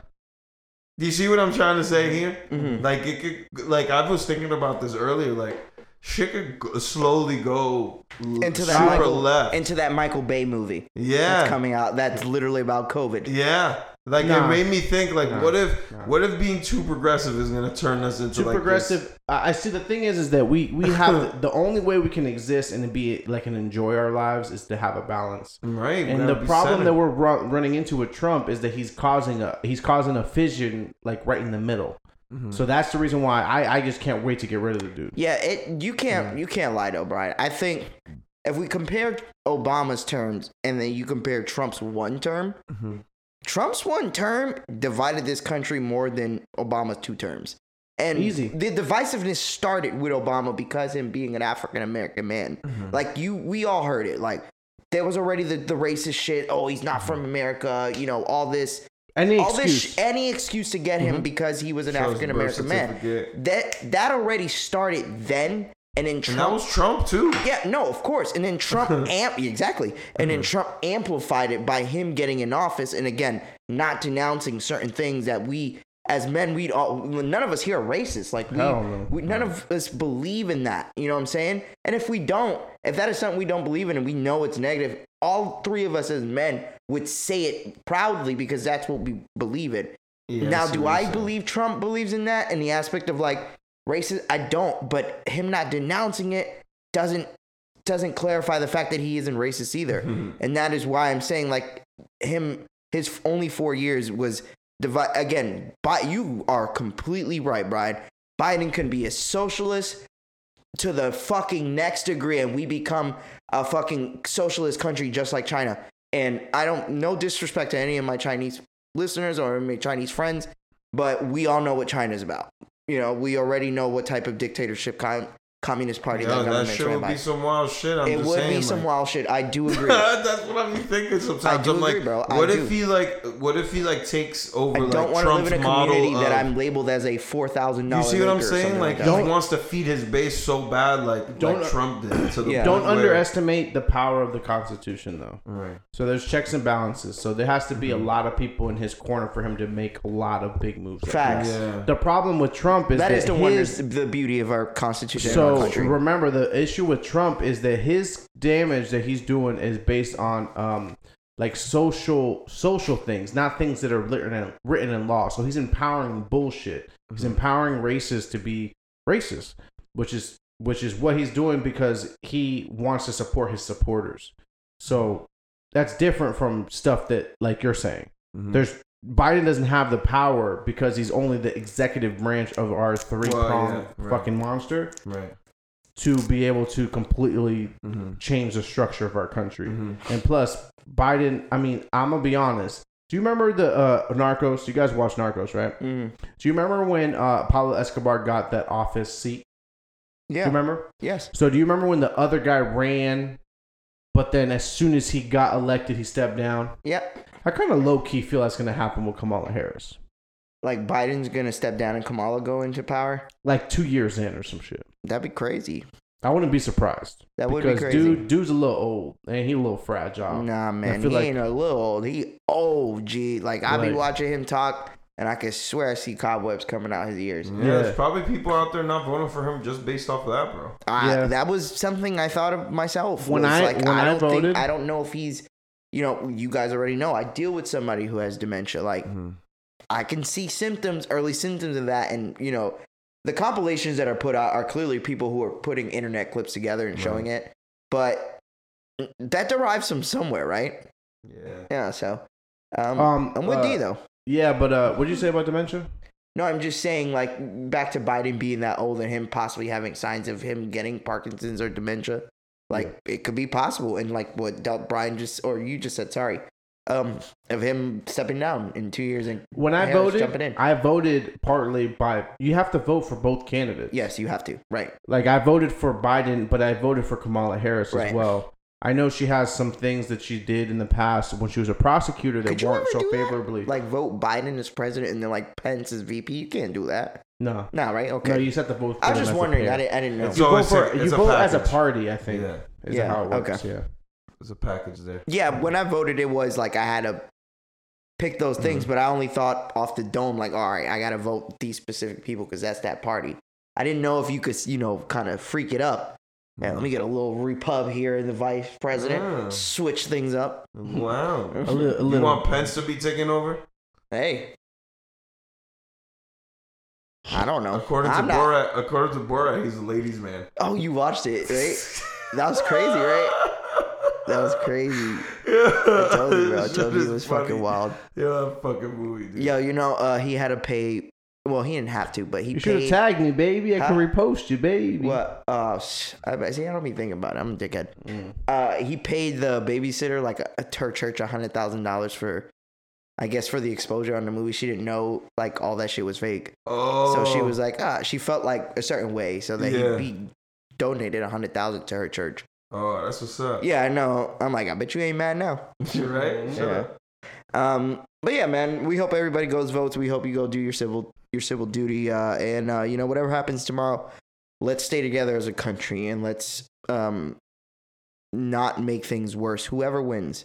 S2: do you see what i'm trying to say here
S1: mhm.
S2: like it could, like I was thinking about this earlier. Like shit could go, slowly go l-
S1: into that
S2: super
S1: Michael,
S2: left.
S1: into that Michael Bay movie that's
S2: yeah,
S1: coming out. That's literally about COVID.
S2: yeah. Like
S3: Nah.
S2: it made me think. Like
S3: Nah.
S2: what if
S3: Nah.
S2: what if being too progressive is gonna turn us into
S3: too
S2: like
S3: progressive. I I see. The thing is, is that we
S2: [laughs]
S3: we have the only way we can exist and be like and enjoy our lives is to have a balance.
S2: this- right?
S3: And the problem that we're run, running into with Trump is that he's causing a he's causing a fission like right in the middle.
S2: Mm-hmm.
S3: So that's the reason why I I just can't wait to get rid of the dude.
S1: Yeah, it you
S2: Mm.
S1: can't you can't lie to O'Brien. I think if we compare Obama's terms and then you compare Trump's one term,
S2: Mm-hmm.
S1: Trump's one term divided this country more than Obama's two terms. And
S3: Easy.
S1: the divisiveness started with Obama because him being an African American man.
S2: Mm-hmm.
S1: Like you we all heard it. Like there was already the, the racist shit, oh he's not
S2: Mm-hmm.
S1: from America, you know, all this
S3: Any
S1: all
S3: excuse.
S1: this sh- any excuse to get him because he was an
S2: Mm-hmm. Shows the
S1: African American
S2: birth
S1: man.
S2: certificate.
S1: That that already started then and then
S2: And that
S1: Trump
S2: was Trump too.
S1: yeah, no, of course. And then Trump amp exactly. And then Trump amplified it by him getting in office and again not denouncing certain things that we as men we'd all none of us here are racist. Like we,
S3: Hell no.
S1: we none of us believe in that. You know what I'm saying? And if we don't, if that is something we don't believe in and we know it's negative, all three of us as men would say it proudly because that's what we believe in.
S2: Yeah,
S1: now,
S2: see
S1: do
S2: what you're
S1: I
S2: saying. [laughs]
S1: believe Trump believes in that in the aspect of like racist? I don't, but him not denouncing it doesn't doesn't clarify the fact that he isn't racist [laughs] either, and that is why I'm saying like him his f- only four years was divi- again. But you are completely right, Brian. Biden can be a socialist to the fucking next degree, and we become a fucking socialist country just like China. And I don't, no disrespect to any of my Chinese listeners or my Chinese friends, but we all know what China's about. You know, we already know what type of dictatorship com- communist party
S2: Yo,
S1: that
S2: that
S1: government's
S2: shit
S1: ran
S2: would be
S1: by.
S2: some wild shit. I'm
S1: It
S2: just
S1: would
S2: saying,
S1: be some
S2: like-
S1: wild shit. I
S2: [laughs]
S1: do agree. I
S2: That's what I'm thinking sometimes.
S1: do
S2: I'm
S1: agree,
S2: like,
S1: bro. I
S2: what
S1: do.
S2: if he like, what if he like takes over
S1: don't
S2: like
S1: want to live
S2: Trump's
S1: in a community
S2: model
S1: that
S2: of-
S1: I'm labeled as a four thousand
S2: You
S1: dollars.
S2: see what I'm saying? Like,
S1: that.
S2: he wants to feed his base so bad, like,
S3: Don't-
S2: like Trump did. To the
S1: Yeah.
S3: Don't
S2: point where-
S3: underestimate the power of the Constitution, though.
S2: Right. Mm-hmm.
S3: So there's checks and balances. So there has to be a lot of people in his corner for him to make a lot of big moves. like
S1: Facts.
S3: that.
S2: Yeah.
S3: The problem with Trump is
S1: that is the
S3: his,
S1: wonders, the beauty of our constitution, and our
S3: So
S1: country.
S3: remember, the issue with Trump is that his damage that he's doing is based on um like social social things, not things that are written in, written in law. So he's empowering bullshit. He's empowering racists to be racist, which is which is what he's doing because he wants to support his supporters. So that's different from stuff that like you're saying.
S2: Mm-hmm.
S3: There's Biden doesn't have the power because he's only the executive branch of our three prong
S2: yeah, right.
S3: fucking monster
S2: Right.
S3: to be able to completely
S2: Mm-hmm.
S3: change the structure of our country.
S2: Mhm.
S1: Mm-hmm.
S3: And plus, Biden, I mean, I'm going to be honest. Do you remember the uh, Narcos? You guys watch Narcos, right?
S1: Mhm.
S3: Do you remember when uh, Pablo Escobar got that office seat?
S1: Yeah.
S3: Do you remember?
S1: Yes.
S3: So, do you remember when the other guy ran, but then as soon as he got elected, he stepped down?
S1: Yep.
S3: I kind of low key feel that's going to happen with Kamala Harris.
S1: Like Biden's gonna step down and Kamala go into power.
S3: Like two years in or some shit.
S1: That'd be crazy.
S3: I wouldn't be surprised.
S1: That would be
S3: because
S1: crazy. Oh,
S3: Dude, dude's a little old and he a little fragile.
S1: Nah, man, he
S3: feel like-
S1: ain't a little old. He old. G. Like I be
S3: Like-
S1: watching him talk, and I can swear I see cobwebs coming out his ears.
S2: Yeah,
S3: Yeah.
S2: there's probably people out there not voting for him just based off of that, bro.
S1: I,
S3: Yeah.
S1: That was something I thought of myself.
S3: When
S1: was
S3: I-
S1: like,
S3: when
S1: I
S3: I
S1: don't
S3: voted-
S1: think I don't know if he's, you know, you guys already know. I deal with somebody who has dementia. Like
S3: Mm-hmm.
S1: I can see symptoms, early symptoms of that, and you know, the compilations that are put out are clearly people who are putting internet clips together and showing it, but that derives from somewhere, right?
S2: Yeah.
S1: Yeah. So, um,
S3: Um,
S1: I'm with
S3: uh,
S1: D though.
S3: Yeah, but uh, what did you say about dementia?
S1: No, I'm just saying, like, back to Biden being that old and him possibly having signs of him getting Parkinson's or dementia. Like, it could be possible. And, like, what Del- Brian just, or you just said, sorry, um, of him stepping down in two years. And
S3: When I
S1: Yeah, let's
S3: voted,
S1: jump it in.
S3: I voted partly by you have to vote for both candidates.
S1: yes, you have to. Right.
S3: Like I voted for Biden, but I voted for Kamala Harris
S1: Right.
S3: as well. I know she has some things that she did in the past when she was a prosecutor that
S1: Could you
S3: weren't
S1: ever
S3: so
S1: do that?
S3: favorably.
S1: Like, vote Biden as president and then, like, Pence as VP. You can't do that.
S3: no,
S1: No, right? Okay.
S3: no, you set the vote.
S1: I
S3: for
S1: was
S3: them
S1: just
S3: as a
S1: wondering.
S3: pair.
S1: I didn't, I didn't know.
S2: It's
S3: You
S2: So
S3: vote
S2: it's
S3: for
S2: a-
S3: you
S2: it's a
S3: vote as a
S2: package.
S3: party. I think
S2: Yeah.
S3: is
S1: Yeah,
S3: how it works.
S1: okay.
S3: Yeah.
S2: There's a
S1: [laughs]
S2: package there.
S1: Yeah, when I voted, it was like I had to pick those things,
S2: Mm-hmm.
S1: but I only thought off the dome, like, all right, I got to vote these specific people because that's that party. I didn't know if you could, you know, kind of freak it up. Yeah, let me get a little repub here in the vice president,
S2: Yeah.
S1: switch things up.
S2: Wow.
S3: A, li- a
S2: You
S3: little.
S2: want Pence to be taking over?
S1: Hey. I don't know.
S2: According to
S1: I'm not-
S2: Borat, according to Borat, he's a ladies' man.
S1: Oh, you watched it, right? That was crazy,
S2: [laughs]
S1: right? That was crazy. I told you,
S2: [laughs]
S1: bro. I told you it was fucking wild.
S2: Yeah, that fucking movie, dude.
S1: Yo, you know, uh, he had to pay. Well, he didn't have to, but he
S3: you should
S1: paid.
S3: have tagged me, baby. I can
S1: Huh?
S3: repost you, baby.
S1: What? Uh, sh- I see. I don't be thinking about it. I'm a dickhead.
S3: Mm.
S1: Uh, he paid the babysitter like a, a her church a hundred thousand dollars for, I guess, for the exposure on the movie. She didn't know like all that shit was fake,
S2: Oh.
S1: so she was like, ah, she felt like a certain way, so that
S2: Yeah.
S1: he, he donated a hundred thousand to her church.
S2: Oh, that's what's up.
S1: Yeah, I know. I'm like, I bet you ain't mad now.
S2: [laughs] You're right.
S1: Yeah.
S2: Shut up.
S1: Um, but yeah, man, we hope everybody goes votes. We hope you go do your civil your civil duty. Uh, and uh, you know, whatever happens tomorrow, let's stay together as a country and let's um not make things worse. Whoever wins,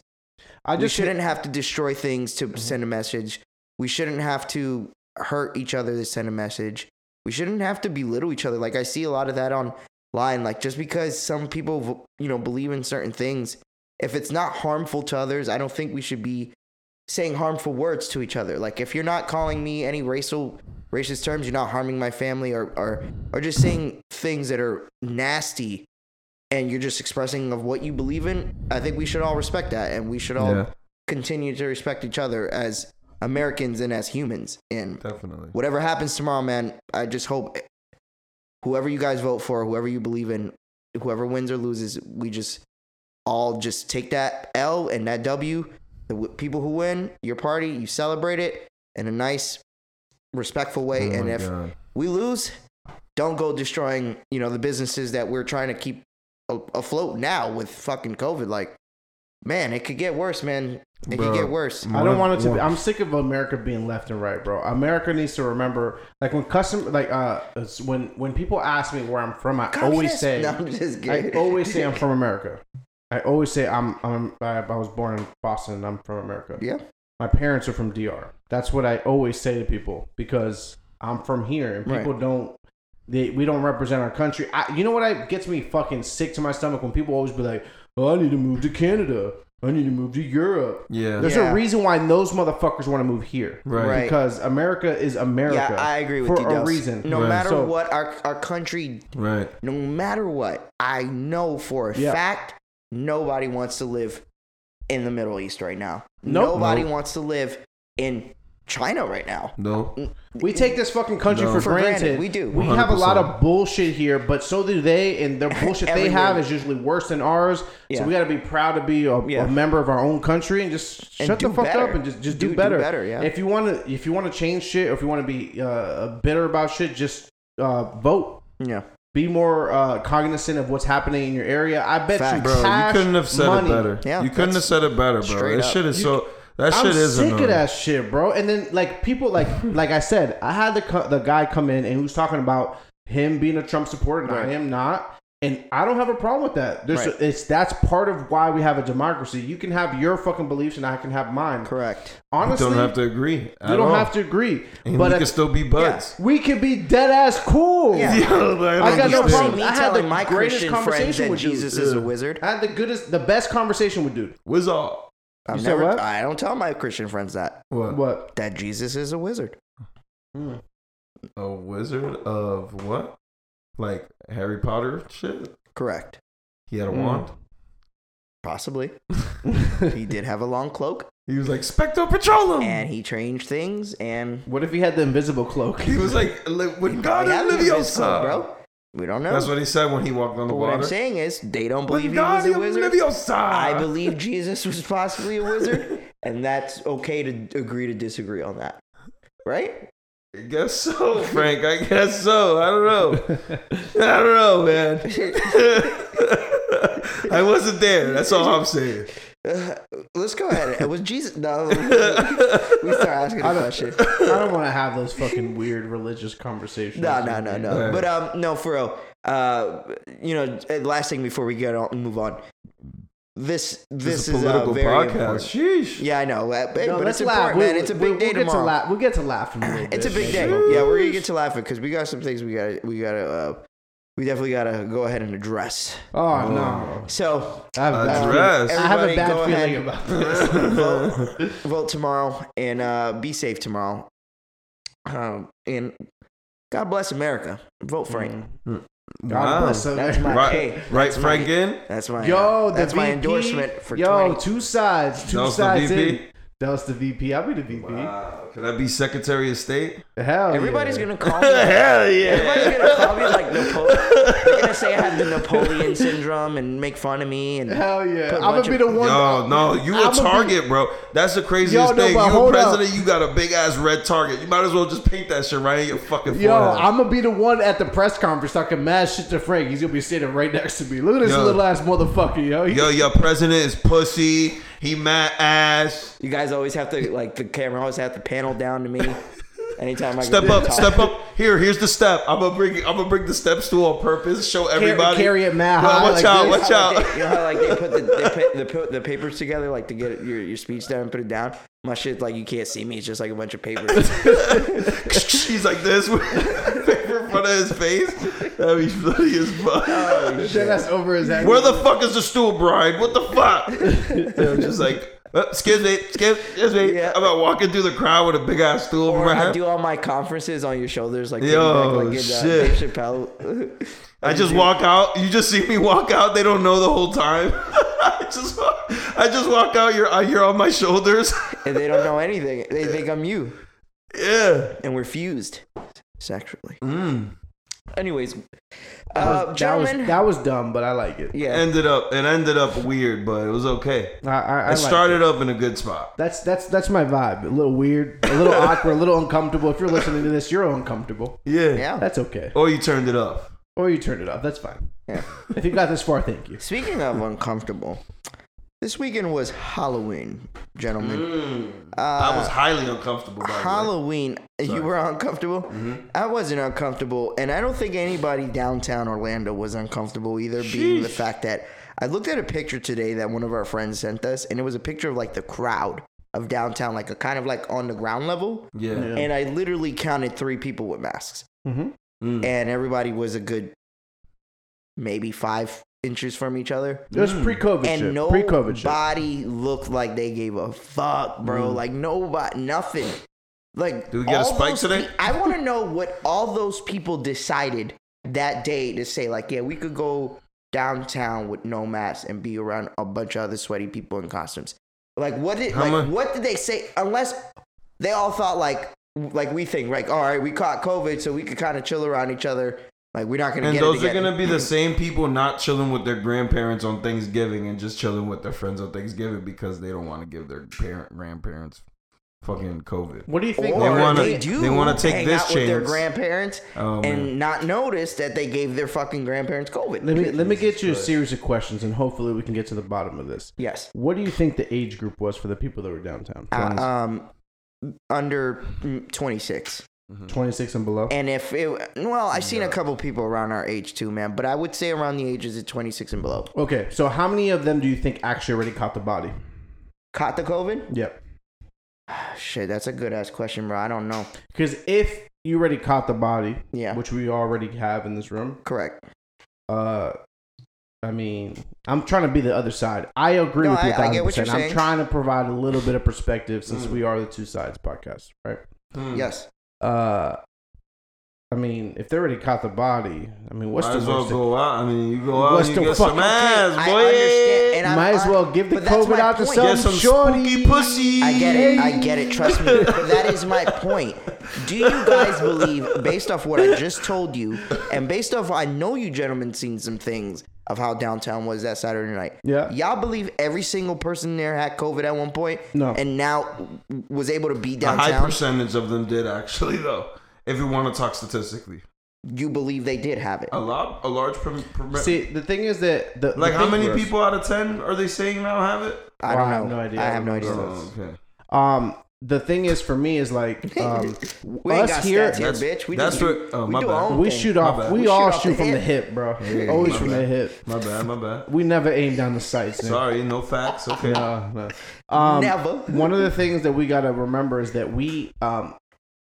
S3: I
S1: we
S3: just Mm-hmm.
S1: shouldn't have to destroy things to send a message. We shouldn't have to hurt each other to send a message. We shouldn't have to belittle each other. Like I see a lot of that online. Like just because some people, v- you know, believe in certain things, if it's not harmful to others, I don't think we should be saying harmful words to each other. Like if you're not calling me any racial racist terms, you're not harming my family or or or just saying things that are nasty and you're just expressing of what you believe in, I think we should all respect that and we should all
S2: Yeah.
S1: continue to respect each other as Americans and as humans. And
S2: Definitely.
S1: whatever happens tomorrow, man, I just hope whoever you guys vote for, whoever you believe in, whoever wins or loses, we just all just take that L and that W. The w- people who win, your party, you celebrate it in a nice, respectful way.
S2: Oh
S1: and
S2: my
S1: if
S2: God.
S1: we lose, don't go destroying, you know, the businesses that we're trying to keep a- afloat now with fucking COVID. Like, man, it could get worse, man. It
S2: Bro.
S1: could get worse.
S3: I don't
S2: One-
S3: want it to. Be,
S2: one-
S3: I'm sick of America being left and right, bro. America needs to remember, like when customer, like uh, it's when when people ask me where I'm from, I always
S1: Communist?
S3: say,
S1: no, I'm just
S3: I
S1: kidding. [laughs]
S3: always say I'm from America. I always say I'm I'm I, I was born in Boston. and I'm from America.
S1: yeah,
S3: My parents are from DR. That's what I always say to people because I'm from here, and
S1: Right.
S3: people don't. They, we don't represent our country. I, you know what I gets me fucking sick to my stomach when people always be like, "Oh, I need to move to Canada. I need to move to Europe."
S2: Yeah.
S3: There's
S1: Yeah.
S3: a reason why those motherfuckers want to move here.
S2: Right.
S1: Right.
S3: Because America is America.
S1: yeah, I agree with
S3: for
S1: you.
S3: a
S1: Dels.
S3: reason.
S1: No
S2: Right.
S1: matter
S3: So-
S1: what, our our country,
S2: Right.
S1: no matter what, I know for a
S3: Yeah.
S1: fact nobody wants to live in the Middle East right now.
S3: Nope.
S1: Nobody
S2: Nope.
S1: wants to live in China right now.
S2: No.
S3: We take this fucking country
S2: No.
S3: for,
S1: For
S3: granted.
S1: granted, we do.
S3: We have a lot
S2: 100%.
S3: of bullshit here, but so do they, and
S1: [laughs]
S3: the bullshit they
S1: Everywhere.
S3: have is usually worse than ours.
S1: Yeah.
S3: So we got to be proud to be a,
S1: Yeah.
S3: a member of our own country and just
S1: And
S3: shut the
S1: do
S3: fuck
S1: better.
S3: up and just, just
S1: Do-
S3: do,
S1: do
S3: better.
S1: better, yeah.
S3: If you want to, if you want to change shit, or if you want to be uh, bitter about shit, just uh, vote.
S1: Yeah.
S3: Be more uh, cognizant of what's happening in your area. I bet
S1: Facts.
S3: you,
S2: Bro, you
S3: cash
S2: couldn't have said
S3: money.
S2: it better.
S1: Yeah,
S2: you couldn't have
S1: that's-
S2: said it better,
S1: straight
S2: bro. This
S1: up.
S2: shit is so. That
S3: I'm
S2: shit is
S3: sick
S2: annoying.
S3: of that shit, bro. And then like people like like I said, I had the co- the guy come in and who's talking about him being a Trump supporter and
S1: Right.
S3: I am not. And I don't have a problem with that. There's
S1: Right.
S3: it's that's part of why we have a democracy. You can have your fucking beliefs and I can have mine.
S1: Correct.
S3: Honestly,
S2: you don't have to agree.
S3: you don't have to agree.
S2: And
S3: but
S2: we
S3: at-
S2: can still
S3: [laughs]
S2: be buds. [laughs]
S3: we can be dead ass cool.
S1: Yeah.
S3: I got
S1: You
S3: no
S1: see
S3: problem.
S1: Me
S3: I had the
S1: telling my
S3: greatest
S1: Christian friend
S3: conversation
S1: that
S3: with dude.
S1: Jesus is a wizard.
S3: I [laughs] had the goodest, the best conversation with dude.
S2: What's all?
S1: I've
S3: said
S1: never.
S3: what?
S1: I don't tell my Christian friends that
S2: What?
S3: What? Hmm.
S1: that Jesus is a wizard.
S2: A wizard of what? Like Harry Potter shit?
S1: Correct.
S2: He had a
S3: Mm.
S2: wand.
S1: Possibly. He did have a long cloak,
S2: He was like Specto Petroleum.
S1: and he changed things, and
S3: what if he had the invisible cloak?
S2: [laughs]
S3: [laughs]
S2: he was like li- with God
S1: probably
S2: and
S1: had an invisible
S2: Liviosa,
S1: cloak, bro. We don't know.
S2: That's what he said when he walked on the
S1: but what
S2: water.
S1: I'm saying is, they don't
S2: With
S1: believe he
S2: God
S1: was a
S2: and
S1: wizard.
S2: Liviosa.
S1: I believe Jesus was possibly a wizard, [laughs] and that's okay to agree to disagree on that, right? [laughs]
S2: I guess so, Frank. I guess so. I don't know. I don't know, man. [laughs] I wasn't there. That's all I'm saying.
S1: Uh, let's go ahead. It was Jesus. No,
S2: [laughs]
S1: we start asking a
S3: [laughs]
S1: question.
S3: I don't want to have those fucking weird religious conversations.
S1: No, no, no, no.
S2: Alright.
S1: But um, no, for real. Uh, you know, uh, last thing before we get on, move on. This this, is, uh, very important.
S2: Sheesh.
S1: Yeah, I know, uh, but,
S3: No,
S1: but
S3: let's
S1: it's
S3: laugh.
S1: important, man. It's a big
S3: we'll
S1: day
S3: get
S1: tomorrow.
S3: To laugh. We'll get to laugh in a little
S1: It's a
S3: bit,
S1: big day.
S3: maybe.
S1: Yeah, we're gonna get to laughing because we got some things we gotta we gotta uh, we definitely gotta go ahead and address.
S3: Oh no,
S1: So
S3: I have, a bad
S2: Address.
S3: feeling- I have a
S1: Everybody go
S3: bad feeling
S1: ahead.
S3: about this.
S1: [laughs] vote, vote tomorrow and uh, be safe tomorrow. Um, and God bless America. Vote Frank.
S3: Mm-hmm. God bless. So that's my
S2: Right,
S1: hey,
S2: right
S1: that's
S2: Frank
S1: my-
S2: in?
S1: That's my uh,
S3: Yo, the
S1: that's my
S3: VP.
S1: endorsement for
S3: yo.
S1: 20.
S3: Two sides. Two
S2: Dallas the
S3: sides.
S2: VP?
S3: in. Dallas the VP. I'll be the VP.
S2: Wow. Could I be Secretary of State?
S3: Hell,
S1: Everybody's
S3: yeah.
S1: gonna call [laughs] me.
S2: yeah.
S1: Everybody's gonna call me like Napoleon. They're gonna say I have the [laughs] Napoleon syndrome and make fun of me and
S3: Hell yeah!
S1: Put
S3: I'm
S1: a
S3: gonna
S1: bunch
S3: be
S1: of-
S3: the one.
S2: Yo, no, you
S3: I'ma
S2: a
S3: be-
S2: target, bro. That's the
S3: Yo,
S2: craziest
S3: no,
S2: thing.
S3: but
S2: You a
S3: hold
S2: president,
S3: up.
S2: you got a big ass red target. You might as well just paint that shit right in your fucking
S3: Yo,
S2: forehead.
S3: I'm gonna be the one at the press conference talking mad shit to Frank. He's gonna be sitting right next to me. Look at this
S2: Yo.
S3: little ass motherfucker, yo. He-
S2: Yo, your president is pussy. He mad ass.
S1: You guys always have to like the camera always have to panel down to me. Anytime I
S2: Step
S1: go to
S2: up,
S1: talk.
S2: step up. Here, here's the step. I'm gonna bring. I'm gonna bring the steps to on purpose. Show everybody.
S3: carry
S2: [laughs]
S3: it mad
S2: Well,
S3: high
S2: Watch
S3: like
S2: out!
S3: this.
S2: Watch
S1: You know how, like,
S2: out!
S1: they- [laughs] you know how like they put the they put the, put the papers together like to get your, your speech down and put it down. My shit like you can't see me. It's just like a bunch of
S2: [laughs]
S1: papers.
S2: He's like this with [laughs] paper in front of his face. That'd be funny as fuck.
S1: Oh,
S3: Shit, that's over his head.
S2: Where the fuck is the stool, Brian? What the fuck? And I'm just like, uh, excuse me, excuse, excuse me.
S1: Yeah.
S2: I'm about walking through the crowd with a big ass stool. over
S1: or
S2: my
S1: I
S2: head.
S1: do all my conferences on your shoulders like
S2: Yo,
S1: like, in,
S2: shit.
S1: Dave Chappelle. [laughs]
S2: I just walk out. You just see me walk out. They don't know the whole time. [laughs] I just, walk- I just walk out. You're, you're on my shoulders.
S1: and they don't know anything. They think I'm you,
S2: yeah.
S1: and we're fused sexually.
S2: Mm.
S1: Anyways,
S3: That was-
S1: uh,
S3: that, was,
S1: gentlemen,
S3: that was dumb, but I like it.
S1: yeah,
S2: Ended up. It ended up weird, but it was okay.
S3: I, I, I
S2: I
S3: like it.
S2: started up in a good spot.
S3: That's that's that's my vibe. A little weird, a little awkward, a little uncomfortable. If you're listening to this, you're uncomfortable.
S2: Yeah.
S1: yeah.
S3: That's okay.
S2: Or you turned it off.
S3: Or you turned it off. That's fine.
S1: Yeah.
S3: If you got this far, thank you.
S1: Speaking of uncomfortable, this weekend was Halloween, gentlemen. Uh,
S2: I was highly uncomfortable. By the way.
S1: Halloween, you were uncomfortable. I wasn't uncomfortable, and I don't think anybody downtown Orlando was uncomfortable either. Being the fact that I looked at a picture today that one of our friends sent us, and it was a picture of like the crowd of downtown, like a kind of like on the ground level.
S2: Yeah.
S3: Yeah.
S1: And I literally counted three people with masks,
S3: Mhm.
S2: Mm.
S1: and everybody was a good maybe five inches from each other.
S3: It was pre-COVID shit.
S1: And
S3: pre-COVID shit. Mm.
S1: nobody looked like they gave a fuck, bro. Like nobody, nothing. Like,
S2: Did we get a
S1: all
S2: spike
S1: those
S2: today?
S1: pe- I want to know what all those people decided that day to say, like, yeah, we could go downtown with no masks and be around a bunch of other sweaty people in costumes. Like, what did
S2: How
S1: like
S2: much-
S1: what did they say? Unless they all thought like like we think like all right, we caught COVID, so we could kind of chill around each other. Like we're not gonna
S2: And
S1: get
S2: those
S1: it
S2: are
S1: together.
S2: gonna be the same people not chilling with their grandparents on Thanksgiving and just chilling with their friends on Thanksgiving because they don't want to give their parent grandparents fucking COVID.
S3: What do you think?
S1: Or
S2: They
S1: they,
S2: wanna-
S1: do
S2: they wanna take
S1: hang
S2: this
S1: out with their
S2: chance.
S1: grandparents
S2: Oh,
S1: and
S2: man.
S1: not notice that they gave their fucking grandparents COVID.
S3: Let me let me get you a series of questions, and hopefully we can get to the bottom of this.
S1: yes.
S3: What do you think the
S1: uh-huh. um,
S3: age group was for the people that were downtown?
S1: Uh, um, under mm, 26.
S3: twenty six and below.
S1: And if it, well, I've seen a couple people around our age too, man. But I would say around the ages of 26 and below.
S3: Okay, so how many of them do you think actually already caught the body?
S1: Caught the COVID?
S3: Yep.
S1: Shit, that's a good ass question, bro. I don't know.
S3: Because if you already caught the body,
S1: Yeah,
S3: which we already have in this room,
S1: correct.
S3: uh, I mean, I'm trying to be the other side. I agree
S1: No,
S3: with you.
S1: I- I
S3: 1000%.
S1: get what you're
S3: I'm
S1: saying.
S3: trying to provide a little bit of perspective since
S2: Mm.
S3: we are the two sides podcast, right?
S2: Hmm.
S1: Yes.
S3: Uh, I mean, if they already caught the body, I mean, what's
S2: Might
S3: the
S2: as well
S3: worst? thing-
S2: go out. I mean, you go out
S3: What's
S2: and
S3: the
S2: you get
S3: fuck-
S2: some
S3: Okay,
S2: ass,
S1: I
S2: boy.
S1: understand, and I'm-
S3: Might as well give the
S1: But that's
S3: COVID
S1: my
S3: out to
S1: point.
S3: some
S2: get some
S3: shorty.
S2: spooky pussy.
S1: I get it. I get it. Trust
S3: [laughs]
S1: me. But that is my point. Do you guys believe, based off what I just told you, and based off I know you gentlemen seen some things of how downtown was that Saturday night?
S3: Yeah.
S1: Y'all believe every single person there had COVID at one point?
S3: No.
S1: And now was able to be
S2: A high
S1: downtown.
S2: percentage of them did actually, [laughs] though. If you want to talk statistically,
S1: You believe they did have it?
S3: Oh,
S2: a lot, a large per, per,
S3: See, the thing is that the
S2: like
S3: the
S2: how
S3: big
S2: many
S3: risk-
S2: people out of ten are they saying now have it?
S1: I
S3: Well,
S1: don't
S3: I
S1: know.
S3: have no idea.
S1: I have no
S3: Jesus.
S1: idea.
S2: Oh, okay.
S3: Um, the thing is for me
S1: [laughs]
S3: is like um,
S1: We ain't got
S3: us here.
S1: stats here, bitch. We
S2: that's
S1: just do,
S2: what- oh,
S1: we
S2: my
S1: do our
S2: bad.
S1: own
S3: We
S1: thing.
S3: shoot off.
S2: bad.
S3: We,
S1: We shoot
S3: all
S1: off
S3: shoot
S1: the
S3: from the
S1: hip.
S3: hip, bro.
S2: Yeah,
S3: Always
S2: my
S3: from the
S2: bad.
S3: hip.
S2: My bad, my bad.
S3: We never aim down the sights. nigga.
S2: [laughs] Sorry, no facts. Okay.
S3: No, no. Um,
S1: Never.
S3: one of the things that we gotta remember is that we, um,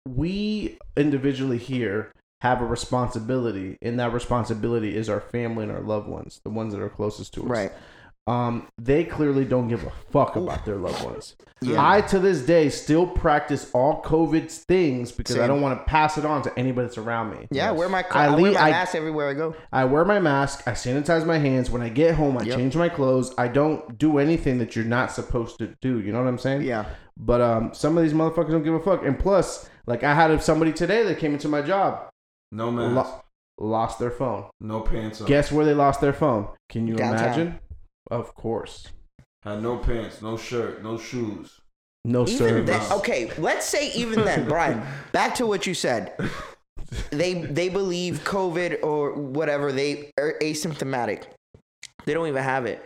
S3: we individually here have a responsibility, and that responsibility is our family and our loved ones, the ones that are closest to us.
S1: Right.
S3: Um, they clearly don't give a fuck about their loved ones.
S1: Yeah.
S3: I to this day still practice all COVID things because I
S1: Same.
S3: don't want to pass it on to anybody that's around me.
S1: Yeah, I wear my co-
S3: I
S1: I, wear
S3: leave-
S1: my
S3: I-
S1: mask everywhere I go.
S3: I wear my mask. I sanitize my hands. When I get home, I
S1: Yep.
S3: change my clothes. I don't do anything that you're not supposed to do. You know what I'm saying?
S1: Yeah.
S3: But um, some of these motherfuckers don't give a fuck. And plus, like I had somebody today that came into my job,
S2: No mask.
S3: lo- lost their phone.
S2: no pants on.
S3: Guess where they lost their phone? Can you
S1: Downtown.
S3: imagine? Of course.
S2: Had no pants, no shirt, no shoes.
S3: No
S1: Even
S3: service.
S1: then, okay, let's say even then, Brian. Back to what you said. They they believe COVID or whatever they are asymptomatic. They don't even have it.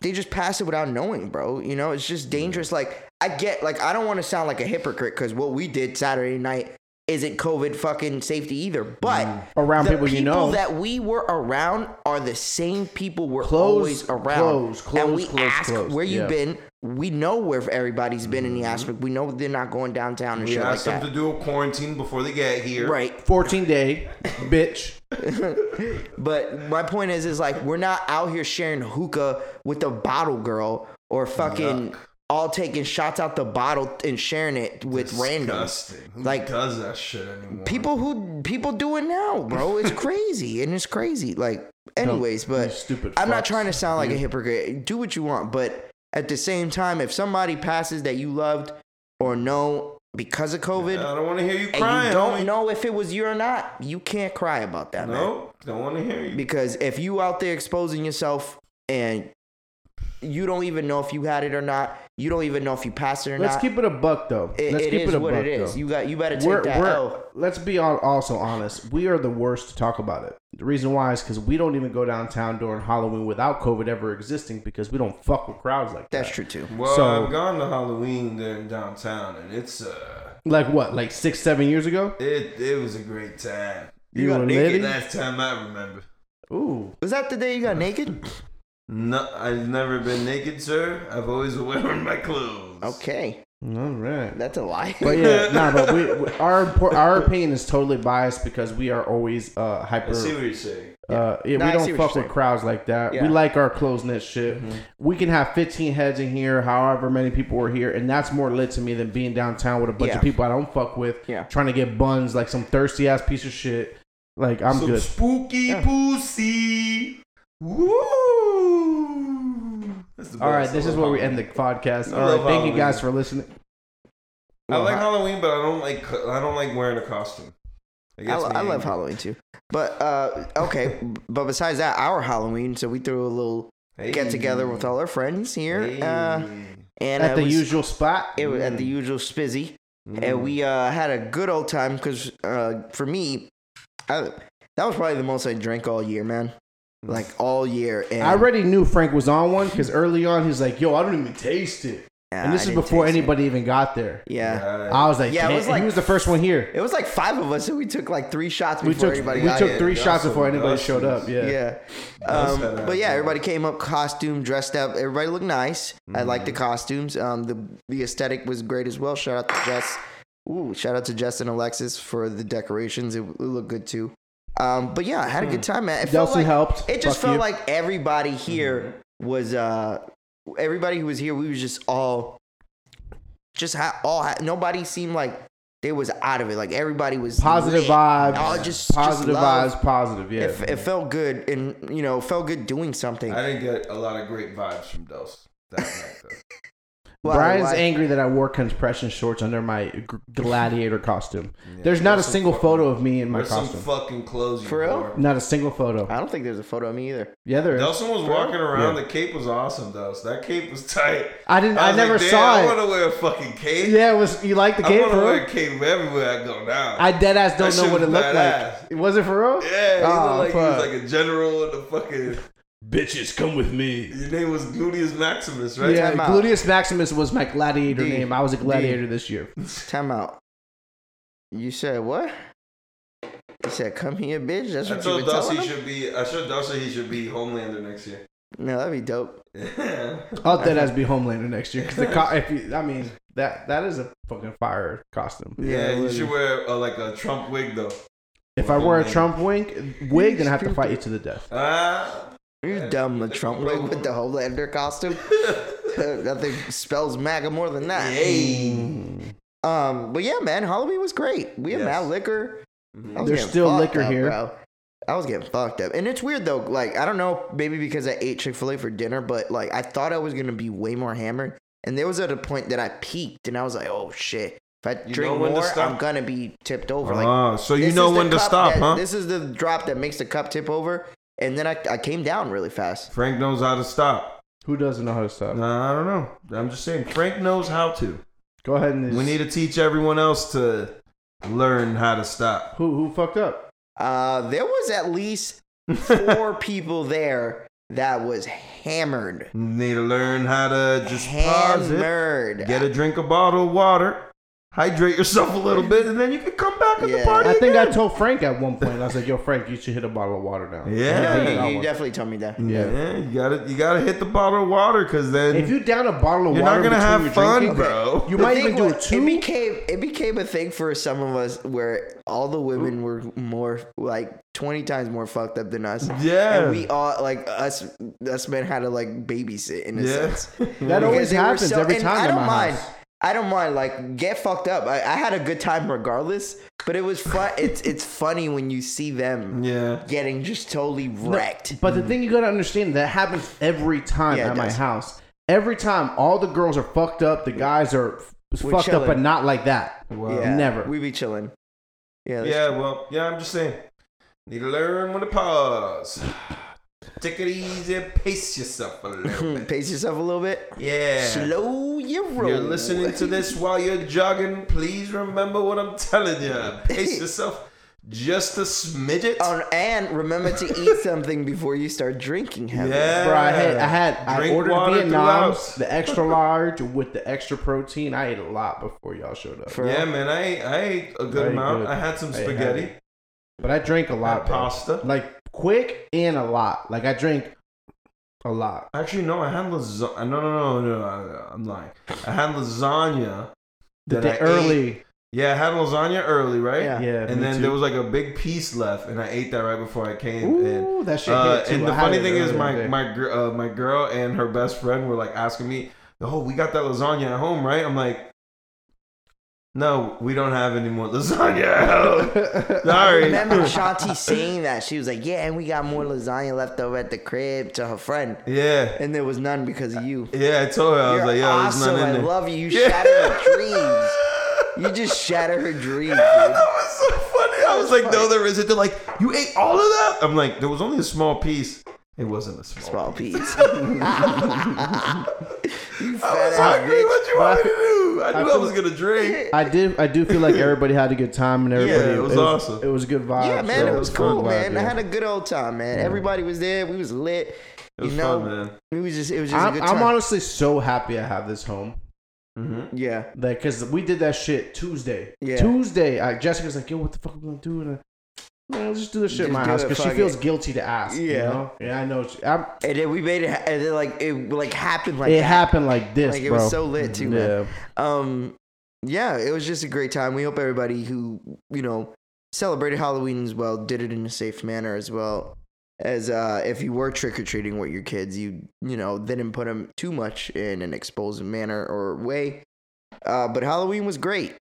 S1: They just pass it without knowing, bro. You know, it's just dangerous. Like I get, like I don't want to sound like a hypocrite because what we did Saturday night isn't COVID fucking safety either. But
S3: Around
S1: the
S3: people you know.
S1: that we were around are the same people we're
S3: Close,
S1: always around.
S3: close, close,
S1: and we
S3: close,
S1: ask
S3: close.
S1: where you've
S3: Yeah.
S1: been. We know where everybody's been
S3: Mm-hmm.
S1: in the aspect. We know they're not going downtown and
S2: We
S1: shit like
S2: asked
S1: that.
S2: them to do a quarantine before they get here.
S1: Right.
S3: 14 day, bitch.
S1: But my point is, is like we're not out here sharing hookah with the bottle girl or fucking all taking shots out the bottle and sharing it with randoms.
S2: Disgusting. Who
S1: Like-
S2: does that shit anymore?
S1: People who people do it now, bro.
S3: [laughs]
S1: It's crazy and it's crazy. Like, anyways,
S3: you
S1: but
S3: stupid
S1: I'm not
S3: fucks.
S1: trying to sound like a hypocrite. Do what you want, but at the same time, if somebody passes that you loved or know because of COVID,
S2: I don't want to hear you
S1: and
S2: crying.
S1: you don't
S2: homie.
S1: know if it was you or not, you can't cry about that, man.
S2: No, don't want to hear you.
S1: Because if you out there exposing yourself and you don't even know if you had it or not, you don't even know if you passed it or
S3: Let's
S1: not.
S3: keep it a buck though.
S1: it,
S3: Let's
S1: it
S3: keep
S1: is
S3: it a
S1: what
S3: buck
S1: it is.
S3: though.
S1: You got you better take
S3: we're,
S1: that
S3: we're-
S1: L.
S3: let's be all, also honest. We are the worst to talk about it. The reason why is because we don't even go downtown during Halloween without COVID ever existing because we don't fuck with crowds like that.
S1: That's true too.
S2: Well,
S3: So-
S2: I've gone to Halloween there in downtown, and it's uh,
S3: Like what? Like six, seven years ago?
S2: it it was a great time.
S3: You
S2: got
S3: were
S2: naked
S3: living?
S2: last time I remember.
S3: Ooh,
S1: Was that the day you got
S3: [laughs]
S1: naked?
S2: No, I've never been naked, sir. I've always worn my clothes.
S1: Okay,
S3: all
S1: [laughs]
S3: right.
S1: that's a lie.
S3: But yeah, nah. But we, we our impor- our opinion is totally biased because we are always uh
S2: I
S3: hyper.
S2: see what you're saying.
S3: Uh, yeah,
S1: No, I
S3: we
S1: see what
S3: don't
S1: you're
S3: fuck with
S1: saying.
S3: crowds like that.
S1: Yeah. Mm-hmm.
S3: We like our close knit shit. We can have 15 heads in here, however many people are here, and that's more lit to me than being downtown with a bunch
S1: Yeah.
S3: of people I don't fuck with,
S1: Yeah.
S3: trying to get buns like some thirsty ass piece of shit. Like I'm
S2: Some
S3: good.
S2: spooky
S1: Yeah.
S2: pussy. Woo! That's the
S3: All right,
S2: best.
S3: this
S2: I
S3: is
S2: love
S3: where we
S2: Halloween.
S3: end the podcast.
S2: I
S3: All right,
S2: love
S3: thank you guys
S2: Halloween.
S3: for listening.
S2: I like Halloween, but I don't like co- I don't like wearing a costume. It
S1: I,
S2: gets
S1: lo-
S2: me
S1: I love
S2: angry.
S1: Halloween too. But uh, okay, b- but besides that, our Halloween, so we threw a little
S2: Hey.
S1: get together with all our friends here,
S2: Hey. Mm.
S1: uh, and
S3: At
S1: it
S3: the
S1: was-
S3: usual spot. Mm.
S1: it was at the usual spizzy, and we uh, had a good old time because uh, for me, I, that was probably the most I drank all year, man.
S2: [laughs]
S1: Like all year, and
S3: I already knew Frank was on one because early on he's like, "Yo, I don't even taste it."
S1: uh,
S3: And this is before anybody even got there.
S1: Yeah.
S3: I was like,
S1: Yeah, it
S3: "Damn,"
S1: was like-
S3: he was the first one here.
S1: It was like five of us, and we took like three shots before
S3: We took
S1: everybody
S3: we
S1: got
S3: took
S1: here.
S3: three
S2: That's
S3: shots
S2: some
S3: before anybody
S2: nasty.
S3: showed up. Yeah.
S1: Yeah.
S2: That's
S1: Um,
S2: kinda
S1: but yeah,
S2: cool.
S1: everybody came up costumed, dressed up. Everybody looked nice. I liked
S3: Mm-hmm.
S1: the costumes. Um, the the aesthetic was great as well. Shout out to Jess. Ooh, shout out to Jess and Alexis for the decorations. It, it looked good too. Um, but yeah, I had a good time, man. It felt
S3: Delson
S1: like
S3: Hmm. helped.
S1: it just
S3: Fuck
S1: felt
S3: you. Mm-hmm.
S1: like everybody here was uh everybody who was here. We was just all just ha- all ha- nobody seemed like they was out of it. Like everybody was
S3: positive
S1: lit.
S3: vibes.
S1: Oh, just- just
S3: positive
S1: love.
S3: vibes. Positive. Yeah.
S1: It, it felt good, and you know, felt good doing something.
S2: I didn't get a lot of great vibes from Dels that night. Though.
S1: Why-
S3: Brian's
S1: why-
S3: angry that I wore compression shorts under my g- gladiator costume.
S2: Yeah,
S3: There's not
S2: wear
S3: a
S2: some
S3: single
S2: fucking-
S3: photo of me in my
S2: Wear some
S3: costume.
S2: fucking clothes, you
S1: For real?
S2: whore.
S3: Not a single photo.
S1: I don't think there's a photo of me either.
S3: Yeah, there is.
S2: Delson was walking around.
S3: Yeah.
S2: The cape was awesome, Dels. That cape was [laughs] tight.
S3: I didn't. I,
S2: was
S3: never
S2: like, "Damn, I
S3: saw
S2: want
S3: it.
S2: to wear a fucking cape.
S3: Yeah, it was. You like the
S2: I
S3: game,
S2: want to
S3: bro?
S2: wear a cape everywhere I go now.
S3: I dead ass don't
S2: That
S3: know
S2: shit
S3: what it
S2: was
S3: looked
S2: badass.
S3: like. It was it for real?
S2: yeah, he
S3: Oh,
S2: looked like
S3: fuck.
S2: he was like a general in the fucking.
S3: Bitches, come with me.
S2: Your name was Gluteus Maximus, right?
S3: Yeah,
S1: Time out.
S3: Gluteus Maximus was my gladiator
S1: D.
S3: name. I was a gladiator this year.
S1: Time out. You said what? You said come here, bitch. That's
S2: I
S1: what you
S2: told
S1: were
S2: Dawson
S1: telling
S2: he
S1: him.
S2: should be. I told Dawson he should be Homelander next year. [laughs]
S1: No, that'd be dope.
S3: I'll dead ass be Homelander next year. 'cause the co- if you, I mean, that that is a fucking fire costume.
S2: yeah, you
S1: literally.
S2: should wear uh, like a Trump wig though.
S3: If I wear a
S2: Homelander.
S3: Trump wig, wig, then I have to fight you to the death.
S2: Ah, [laughs]
S1: You dumb the Trump wig with the Homelander costume. [laughs] Nothing spells MAGA more than that.
S2: hey.
S1: Um, but yeah, man, Halloween was great. We had
S2: Yes.
S1: mad liquor. I was
S3: There's
S1: getting
S3: still
S1: fucked
S3: liquor
S1: up,
S3: here.
S1: Bro. I was getting fucked up, and it's weird though. Like I don't know, maybe because I ate Chick Fil A for dinner, but like I thought I was gonna be way more hammered, and there was at a point that I peaked, and I was like, oh shit, if I
S2: You
S1: drink
S2: know when to
S1: more,
S2: stop.
S1: I'm gonna be tipped [laughs] over.
S3: Uh,
S1: Like
S2: Ah, so
S1: this is the cup that- This is the drop that makes the cup tip over, and then I, I came down really fast.
S2: Frank knows how to stop.
S3: Who doesn't know how to stop?
S2: Nah, I don't know. I'm just saying, Frank knows how to.
S3: Go ahead and
S2: We need to teach everyone else to learn how to stop.
S3: who who fucked up.
S1: Uh, there was at least
S2: [laughs]
S1: four people there that was hammered.
S2: Need to learn how to just pause it,
S1: hammered.
S2: get a drink, a bottle of water, hydrate yourself a little bit, and then you can come back at the
S1: Yeah.
S2: party.
S3: I think
S2: again.
S3: I told Frank at one point. I was like, "Yo, Frank, you should hit a bottle of water down."
S2: Yeah.
S3: I
S1: Yeah,
S3: think I
S1: you,
S3: won.
S1: definitely told me that.
S2: Yeah.
S3: Yeah.
S2: you gotta you gotta hit the bottle of water because then
S3: If you down a bottle of
S2: You're
S3: water,
S2: not gonna
S3: between
S2: have
S3: your
S2: fun,
S3: drinking,
S2: bro.
S3: You
S1: The
S3: might
S1: thing
S3: even do a
S1: was,
S3: two.
S1: It became it became a thing for some of us where all the women were more like twenty times more fucked up than us.
S2: yeah
S1: And we all like us us men had to like babysit in a
S2: yeah
S1: sense.
S2: [laughs]
S3: that always
S1: Because they were
S3: happens
S1: so-
S3: every
S1: and
S3: time.
S1: I
S3: at
S1: don't
S3: my
S1: mind.
S3: house.
S1: I don't mind. Like get fucked up. I, I had a good time regardless. But it was fun. it's it's funny when you see them
S2: yeah
S1: getting just totally wrecked.
S3: But the thing you gotta understand that happens every time
S1: Yeah, it
S3: at my
S1: does.
S3: house. Every time, all the girls are fucked up. The guys are f-
S1: We're
S3: fucked up,
S1: chilling.
S3: but not like that.
S2: wow.
S1: yeah,
S3: never.
S1: We be chilling. Yeah, that's
S2: yeah well yeah I'm just saying need to learn when to pause take it easy pace yourself a
S1: [laughs]
S2: little
S1: [clears throat]
S2: bit
S1: Pace yourself a little bit.
S2: yeah
S1: Slow your roll.
S2: you're listening
S1: [laughs]
S2: to this while you're jogging please remember what I'm [laughs] telling you
S1: [laughs]
S2: pace yourself just a smidget
S1: Oh, and remember to eat something before you start drinking heavy.
S2: yeah
S3: Bro, I had I, had, I
S2: Drink
S3: ordered
S2: water
S3: Vietnam,
S2: throughout.
S3: the extra large with the extra protein. I ate a lot before y'all showed up,
S1: For
S2: yeah man I ate, I ate a good
S3: Very
S2: amount
S3: good.
S2: I had some
S3: I had
S2: spaghetti
S3: but I drank a
S2: had
S3: lot, bro.
S2: pasta
S3: like quick and a lot. Like I drank a lot.
S2: Actually, no, I had lasagna. No, no, no, no, no, I'm lying. I had lasagna.
S3: The
S2: that I
S3: day
S2: ate-
S3: early,
S2: Yeah, I had lasagna early, right?
S1: Yeah.
S3: yeah.
S2: And
S3: me
S2: then
S3: too.
S2: there was like a big piece left, and I ate that right before I came. and
S3: Ooh, that shit.
S2: uh,
S3: hit too.
S2: and the
S3: I had
S2: funny
S3: it
S2: thing is,
S3: earlier
S2: my
S3: today.
S2: my gr- uh, my girl and her best friend were like asking me, "Oh, we got that lasagna at home, right?" I'm like, "No, we don't have any more [laughs] lasagna."
S3: [laughs]
S2: At home.
S1: I
S2: Sorry. [laughs]
S1: remember Shanti saying that. She was like, Yeah, and we got more lasagna left over at the crib to her friend.
S2: yeah,
S1: And there was none because of you.
S2: yeah. I told her I was
S1: You're
S2: like, "Yo,
S1: awesome.
S2: there's none
S1: I
S2: in there."
S1: love you.
S2: [laughs]
S1: You shattered her dreams. You just shatter her dreams, dude.
S2: that was so funny. I was like, no, there isn't. They're like, you ate all of that? I'm like, there was only a small piece. It wasn't a small.
S1: Small [laughs]
S2: [laughs]
S1: piece. you
S2: I was
S1: fat ass
S2: hungry.
S1: bitch.
S2: What you want me to do? I knew I,
S3: feel-
S2: was
S1: [laughs]
S2: gonna drink.
S3: [laughs] I did. I do feel like everybody had a good time
S2: [laughs]
S3: and everybody.
S2: it was awesome.
S3: It was good vibes.
S1: Yeah, man,
S3: so
S1: it was
S3: fun
S1: cool,
S3: vibe,
S1: man.
S3: yeah.
S1: I had a good old time, man. Everybody was there. We was lit.
S2: It was
S1: you know,
S2: fun, man.
S1: It was just, it was just a
S3: I'm,
S1: good
S3: I'm
S1: time.
S3: honestly so happy I have this home
S2: Mm-hmm.
S1: Yeah.
S3: Like, cause we did that shit Tuesday.
S1: Yeah.
S3: Tuesday, I, Jessica's like, "Yo, what the fuck are we gonna do?" And I, Man, let's just do this shit in
S1: Just
S3: my
S1: do
S3: house
S1: it,
S3: because she
S1: fuck
S3: feels
S1: it.
S3: guilty to ask. Yeah,
S1: Yeah.
S3: yeah, I know. She, I'm,
S1: And then we made it, ha- and then like it like happened like
S3: it
S1: that.
S3: happened like this,
S1: Like, it
S3: bro.
S1: was so lit, too,
S3: Yeah,
S1: man. Um, yeah, it was just a great time. We hope everybody who you know celebrated Halloween as well did it in a safe manner as well as uh, if you were trick or treating with your kids, you you know didn't put them too much in an exposed manner or way. Uh, but Halloween was great.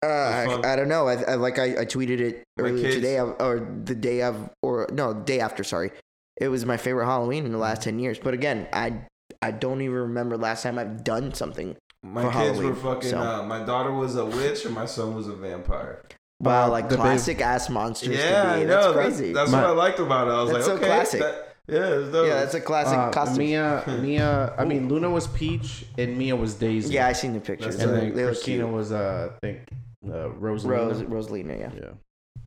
S1: Uh,
S2: fun.
S1: I, I don't know. I, I like I, I tweeted it
S2: My
S1: earlier
S2: kids-
S1: today, I- or the day of, or no, day after. Sorry, it was my favorite Halloween in the
S2: Mm.
S1: last ten years. But again, I I don't even remember last time I've done something
S2: My
S1: For
S2: kids were
S1: Halloween,
S2: fucking.
S1: so.
S2: Uh, my daughter was a witch and my son was a vampire.
S1: Wow,
S3: Wow,
S1: like
S3: the babe-
S1: classic ass monsters.
S2: Yeah,
S1: to
S2: I
S1: be.
S2: know.
S1: that's
S2: That's
S1: crazy.
S2: That's,
S3: My-
S2: what I liked about it. I was
S1: That's so
S2: like, okay,
S1: classic.
S2: that- yeah, it's dope.
S1: yeah, that's a classic
S3: Uh,
S1: costume. [laughs]
S3: Mia, Mia. I mean, Luna was Peach, and Mia was Daisy.
S1: yeah, I seen the pictures.
S2: That's
S3: and
S1: They
S3: then
S1: they look
S3: Christina
S1: cute.
S3: was, uh, I think, uh, Rosalina.
S1: Rose, Rosalina. Yeah,
S3: Yeah.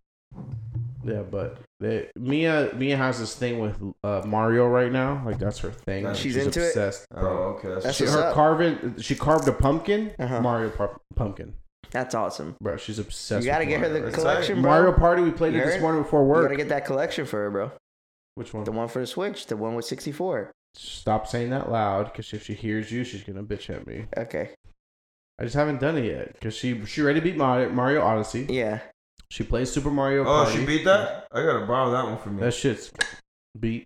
S3: Yeah, but they, Mia Mia has this thing with uh, Mario right now. Like that's her thing.
S2: Nice.
S1: She's into it?
S3: obsessed,
S2: oh,
S3: Bro.
S2: okay. That's,
S1: That's
S3: She,
S1: What's
S3: her
S1: up?
S3: carving. She carved a pumpkin.
S1: Uh-huh.
S3: Mario pu- pumpkin.
S1: that's awesome.
S3: Bro, she's obsessed.
S1: You gotta
S3: with
S1: get her
S3: Mario.
S1: the
S2: That's
S1: collection, bro.
S3: Mario Party. We played
S1: You
S3: it this
S1: heard?
S3: morning before
S1: you
S3: work.
S1: gotta get that collection for her, bro.
S3: Which one?
S1: The one for the Switch, the one with 64.
S3: Stop saying that loud, because if she hears you, she's gonna bitch at me.
S1: Okay.
S3: I just haven't done it yet, because she she already beat Mario, Mario Odyssey.
S2: [laughs]
S1: Yeah.
S3: She plays Super Mario.
S2: oh,
S3: Party.
S2: she beat that. I gotta borrow that one from you.
S3: That shit's beat.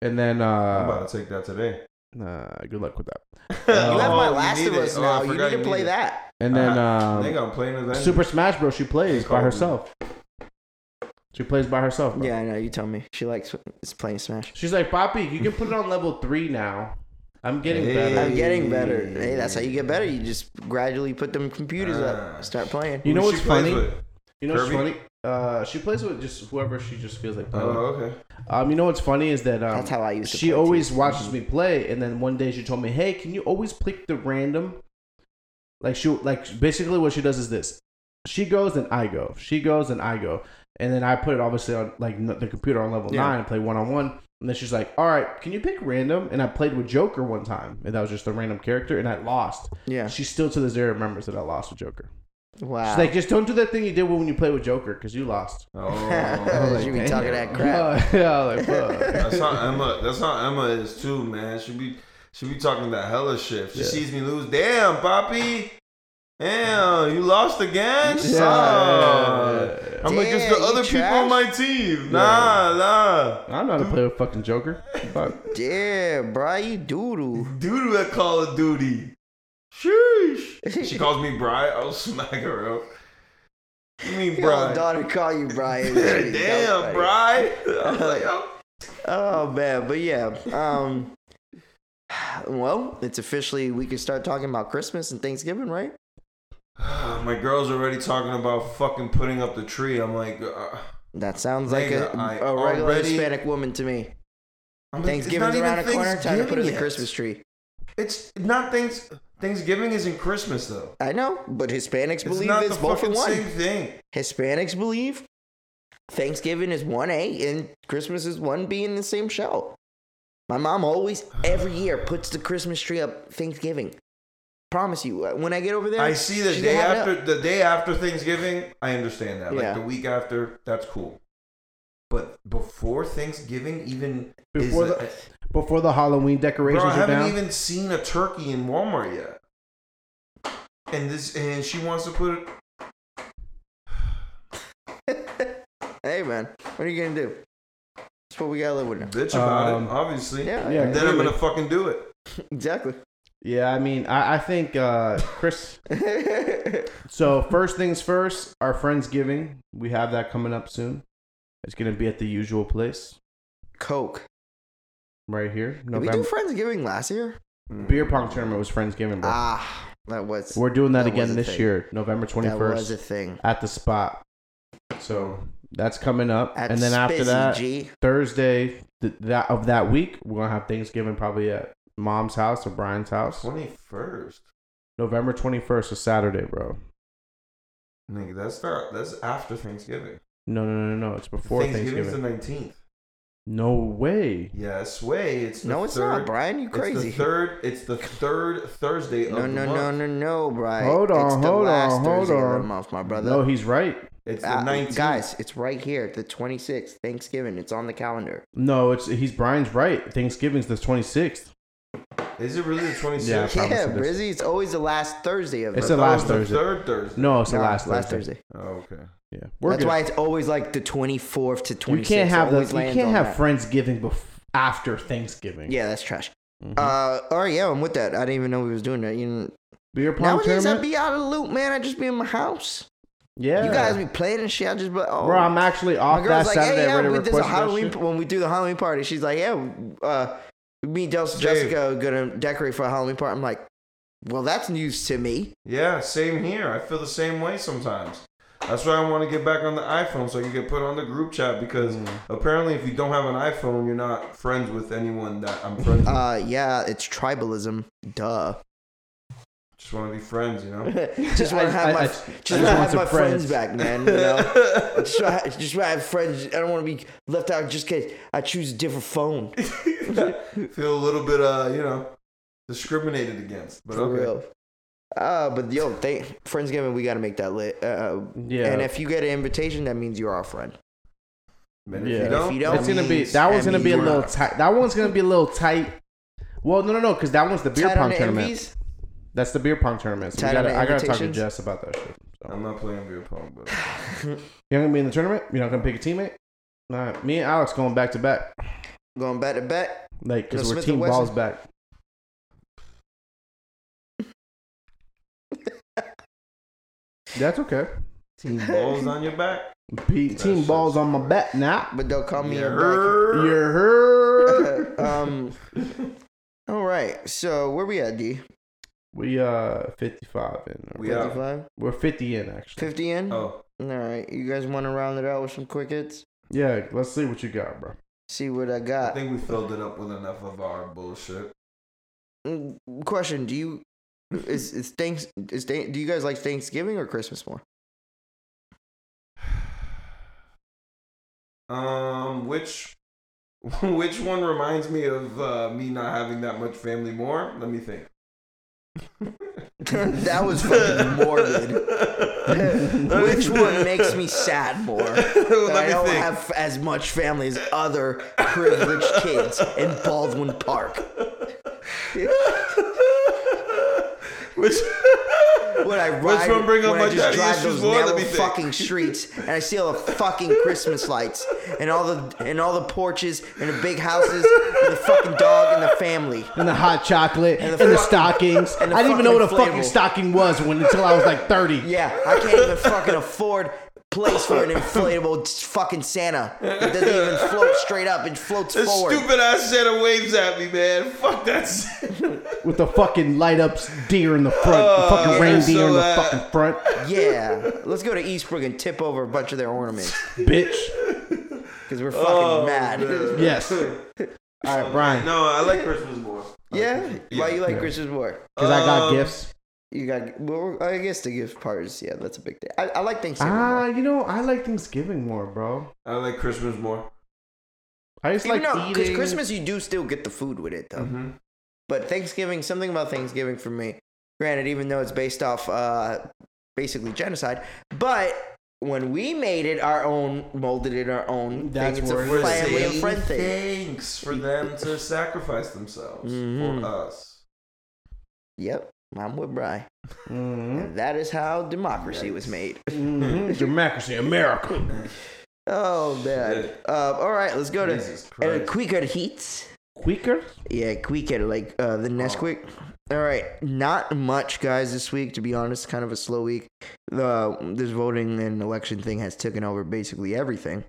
S3: And then
S2: I'm
S3: uh,
S2: about to take that today.
S3: uh good luck with that.
S1: you have
S3: Oh,
S1: my
S2: you
S1: Last
S2: need
S1: of
S2: it.
S1: Us
S2: Oh, I
S1: now. You
S2: forgot
S1: need to play
S2: it.
S1: that.
S3: And then
S2: I think
S3: um,
S2: I'm playing with that.
S3: Super Smash Bros. She plays
S2: Hey,
S3: by
S2: Kobe.
S3: herself. She plays by herself. bro.
S1: Yeah, I know. You tell me. She likes is playing Smash.
S3: She's like, Poppy, you can put it on level three now. I'm getting
S2: Hey.
S3: better.
S1: I'm getting better. Hey, that's how you get better. You just gradually put them computers
S2: Ah.
S1: up, start playing.
S3: You know
S2: Who
S3: what's
S2: she plays
S3: funny?
S2: with?
S3: You know what's
S2: Kirby?
S3: funny? Uh, she plays with just whoever she just feels like
S2: Oh,
S3: playing.
S1: [laughs]
S3: with.
S2: okay.
S3: Um, you know what's funny is that um,
S1: That's how I used to
S3: she
S1: play, too.
S3: always watches me play, and then one day she told me, "Hey, can you always pick the random?" Like she like basically what she does is this: she goes and I go, she goes and I go, and then I put it obviously on like n- the computer on level
S1: Yeah.
S3: nine and play one on one. And then she's like, "All right, can you pick random?" And I played with Joker one time, and that was just a random character, and I lost.
S1: Yeah.
S3: She still to this day remembers that I lost with Joker.
S1: Wow.
S3: She's like, "Just don't do that thing you did when you played with Joker, because you lost."
S2: Oh.
S3: I'm like,
S1: [laughs] You be talking
S3: "Damn."
S1: that crap.
S3: [laughs] Yeah, I was
S1: [laughs]
S3: like, "Fuck."
S2: That's how Emma. That's how Emma is too, man. She be she be talking that hella shit. If she
S3: Yeah.
S2: sees me lose, damn, Poppy, damn, you lost again.
S1: You
S2: Suck."
S3: Yeah.
S2: I'm like, it's
S1: Damn,
S2: the
S1: you
S2: other people
S1: trash.
S2: on my team. Nah, nah.
S3: I know how to play with fucking Joker. Fuck.
S1: Damn, bro, you doodle.
S2: Dude, at Call of Duty.
S1: [laughs]
S2: Sheesh. She calls me Bri. I'll smack her up. You mean Bri?
S1: Your daughter call you Brian. Jeez, that was
S2: [laughs] damn, Bri.
S1: funny.
S2: I was like, oh.
S1: Oh man, but yeah. Um, [sighs] well, it's officially we can start talking about Christmas and Thanksgiving, right?
S2: [sighs] my girl's already talking about fucking putting up the tree. I'm like, uh,
S1: That sounds like a,
S2: Nigga, I
S1: a regular
S2: already-
S1: Hispanic woman to me.
S2: I'm like, it's not
S1: Thanksgiving's
S2: even
S1: around the corner. Time to put
S2: Thanksgiving
S1: up the
S2: yet.
S1: Christmas tree.
S2: It's not thanks. Thanksgiving isn't Christmas though.
S1: I know, but Hispanics
S2: It's
S1: believe
S2: not
S1: it's
S2: the
S1: both in
S2: fucking
S1: one.
S2: same thing.
S1: Hispanics believe Thanksgiving is 1A and Christmas is 1B in the same shell. My mom always, every year, puts the Christmas tree up Thanksgiving. Promise you, uh, when I get over there,
S2: I see the
S1: she's
S2: day
S1: gonna have it
S2: after
S1: up.
S2: the day after Thanksgiving. I understand that.
S1: Yeah.
S2: Like the week after, that's cool. But before Thanksgiving, even is
S3: Before
S2: a-
S3: the before the Halloween decorations
S2: bro, I
S3: are
S2: haven't
S3: down.
S2: even seen a turkey in Walmart yet. And this, and she wants to put.
S1: Hey, man, what are you gonna do? That's what we gotta live with now.
S2: bitch about
S3: Um,
S2: it, obviously.
S1: Yeah,
S3: Yeah,
S2: And then I'm gonna
S3: completely.
S2: fucking do it.
S1: [laughs] exactly. [laughs]
S3: yeah, I mean, I, I think uh, Chris. So first things first, our friendsgiving. We have that coming up soon. It's gonna be at the usual place
S1: Coke.
S3: right here.
S1: Did we do
S3: November
S1: Friendsgiving last year?
S3: beer pong tournament was friendsgiving, bro.
S1: Ah, that was
S3: We're doing that,
S1: that was
S3: again
S1: a
S3: this
S1: thing.
S3: year, November twenty
S1: that was
S3: first,
S1: a thing.
S3: at the spot. So that's coming up,
S1: At
S3: and then after
S1: Spizzy,
S3: that,
S1: G.
S3: Thursday th- that of that week, we're gonna have Thanksgiving probably at mom's house or Brian's house.
S2: Twenty first,
S3: November twenty first is Saturday, bro.
S2: nigga. That's not. That's after Thanksgiving.
S3: No, no, no, no, no. It's before
S2: Thanksgiving's
S3: Thanksgiving.
S2: the nineteenth.
S3: No way.
S2: Yes, way. It's the
S1: No, it's
S2: third,
S1: not, Brian. You
S2: It's the
S1: crazy?
S2: third. It's the third Thursday of
S1: No,
S2: the
S1: no,
S2: month.
S1: no, no, no, Brian.
S3: Hold on,
S1: it's the
S3: hold
S1: last
S3: on, hold
S1: Thursday of
S3: on.
S1: the month, my brother.
S3: No, he's right.
S2: It's
S1: Uh,
S2: the nineteenth.
S1: guys, it's right here, the 26th, Thanksgiving. It's on the calendar.
S3: No, it's he's Brian's right. Thanksgiving's the 26th.
S2: is it really the twenty
S3: Yeah,
S2: sixth?
S3: I promise
S1: Yeah,
S3: it is.
S1: Brizzy, it's always the last Thursday of
S3: It's
S1: the Oh,
S3: the last Thursday.
S2: Third Thursday.
S3: No, it's
S1: No,
S3: the last, Thursday.
S2: Oh, okay.
S3: Yeah, we're
S1: That's
S3: good.
S1: why it's always like the 24th to 26th.
S3: you can't have the,
S1: Always
S3: you
S1: lands
S3: can't
S1: on
S3: have
S1: that.
S3: Friendsgiving bef- after Thanksgiving.
S1: Yeah, that's trash.
S3: Mhm.
S1: Uh, all right, yeah, I'm with that. I didn't even know we was doing that. You know,
S3: beer pong
S1: nowadays
S3: tournament.
S1: I'd be out of the loop, man. I'd just be in my house.
S3: yeah,
S1: You guys be playing and shit. I just be like, oh,
S3: bro, I'm actually
S1: my
S3: off that
S1: girl's like,
S3: Saturday.
S1: hey, yeah,
S3: ready to
S1: we did a
S3: request that
S1: Halloween
S3: shit.
S1: when we do the Halloween party. She's like, yeah, uh, me and Jess-
S2: Save.
S1: Jessica are gonna decorate for a Halloween party. I'm like, well, that's news to me.
S2: Yeah, same here. I feel the same way sometimes. That's why I want to get back on the iPhone so I can get put on the group chat because
S3: Mm.
S2: apparently, if you don't have an iPhone, you're not friends with anyone that I'm friends
S1: [laughs]
S2: with.
S1: Uh, yeah, it's tribalism. Duh. [laughs]
S2: Just want to be friends, you know?
S1: just want
S3: [laughs] I-
S1: to have
S3: I-
S1: my
S3: I-
S1: just,
S3: I just
S1: want to
S3: want
S1: have
S3: some
S1: my friends.
S3: friends.
S1: back, man. You
S3: [laughs]
S1: know, I just want to just wanna have friends. I don't want to be left out just because I choose a different phone.
S2: [laughs] feel a little bit, uh, you know, discriminated against. But
S1: For
S2: okay.
S1: real. Uh, but yo, thank Friendsgiving, we gotta make that lit. Uh,
S3: Yeah,
S1: And if you get an invitation, that means you're our friend.
S2: Man, if
S3: Yeah.
S2: you
S3: If
S2: don't,
S1: you don't-
S3: it's gonna be
S1: means-
S3: that one's
S1: that
S3: gonna be a
S1: means
S3: little
S1: we're-
S3: tight. That one's gonna be a little tight. Well, no, no, no, because that one's the beer
S1: Tight on
S3: pong
S1: the
S3: tournament.
S1: MVs?
S3: That's the beer pong tournament. So we
S1: Tight on
S3: gotta,
S1: the
S3: I gotta talk to
S1: invitations?
S3: Jess about that shit. So.
S2: I'm not playing beer pong, but
S3: You're not gonna be in the tournament. You're not gonna pick a teammate. Nah, me and Alex going back to back,
S1: Going back to back.
S3: like
S1: No,
S3: because we're
S1: Smith
S3: team
S1: and Wesson?
S3: balls back. That's okay.
S2: team balls on your back.
S3: P-
S2: That's
S3: team
S2: just
S3: balls on my
S2: right.
S3: back now.
S1: [laughs] But they'll call me a
S3: You
S2: Yerr.
S3: heard?
S1: back. [laughs] um. All right. So where we at, D?
S3: we uh 55 in.
S2: We out.
S1: 55?
S3: We're 50 in actually.
S1: 50 in?
S2: Oh,
S1: All right. You guys want to round it out with some quick hits?
S3: Yeah, let's see what you got, bro.
S1: See what I
S2: I
S1: got.
S2: think we filled it up with enough of our bullshit.
S1: Mm, Question: Do you is is thanks is thank, do you guys like Thanksgiving or Christmas more?
S2: Um, which [laughs] which one reminds me of uh, me not having that much family more? Let me think. [laughs]
S1: that was fucking
S2: [laughs]
S1: morbid. Which one makes me sad more? That
S2: [laughs] Let
S1: I
S2: me
S1: don't
S2: think. [laughs]
S1: have as much family as other privileged kids in Baldwin Park. [laughs]
S2: which
S1: When I ride,
S2: which one bring up
S1: when I
S2: my
S1: just
S2: daddy
S1: drive those
S2: issues more? Let
S1: narrow
S2: me think.
S1: fucking streets and I see all the fucking Christmas lights and all the and all the porches and the big houses and the fucking dog and the family.
S3: And the hot chocolate and
S1: the
S3: the,
S1: fuck-
S3: stockings.
S1: and the
S3: I didn't even know
S1: fucking
S3: what a
S1: flavor.
S3: fucking stocking was when until I was like 30.
S1: [laughs] Yeah, I can't even fucking afford place for an inflatable fucking Santa. It doesn't even float straight up; it floats
S2: [laughs] This
S1: forward.
S2: stupid ass Santa waves at me, man. [laughs] Fuck that. Santa.
S3: With the fucking light up deer in the front, the
S2: yeah,
S3: fucking reindeer
S2: Oh, so,
S3: in the
S2: uh,
S3: fucking front,
S1: Yeah, let's go to Eastbrook and tip over a bunch of their ornaments
S3: bitch.
S1: because we're fucking mad.
S2: Oh, man. [laughs]
S3: Yes. All right, Brian,
S2: [laughs] No, I like Christmas more.
S1: Yeah, why you like
S3: Yeah.
S1: Christmas more?
S3: because I got
S2: Um,
S3: gifts.
S1: You got well, I guess the gift part is yeah, that's a big thing. I, I like
S2: Um,
S1: Thanksgiving.
S3: Ah,
S1: more.
S3: you know, I like Thanksgiving more, bro.
S2: I like Christmas more.
S3: I just
S1: Even
S3: like
S1: though, because
S3: eating.
S1: Christmas you do still get the food with it though.
S2: Mm-hmm.
S1: But Thanksgiving, something about Thanksgiving for me. Granted, even though it's based off uh, basically genocide, but when we made it our own, molded it our own,
S3: That's
S1: thing, it's
S3: where
S1: a
S3: it is.
S1: family and friend thing.
S2: Thanks for them to sacrifice themselves
S1: Mhm.
S2: for us.
S1: Yep, I'm with Bry.
S3: Mhm.
S2: [laughs]
S1: And that is how democracy was made.
S3: Mhm. Democracy, America.
S1: Oh man.
S2: Shit.
S1: Uh, all right, let's go to
S2: Jesus
S1: uh,
S2: Christ.
S1: quicker heats.
S3: Quicker?
S1: Yeah, quicker like uh, the
S2: Oh.
S1: Nesquik. All right, not much, guys, this week. To be honest, kind of a slow week. The this voting and election thing has taken over basically everything.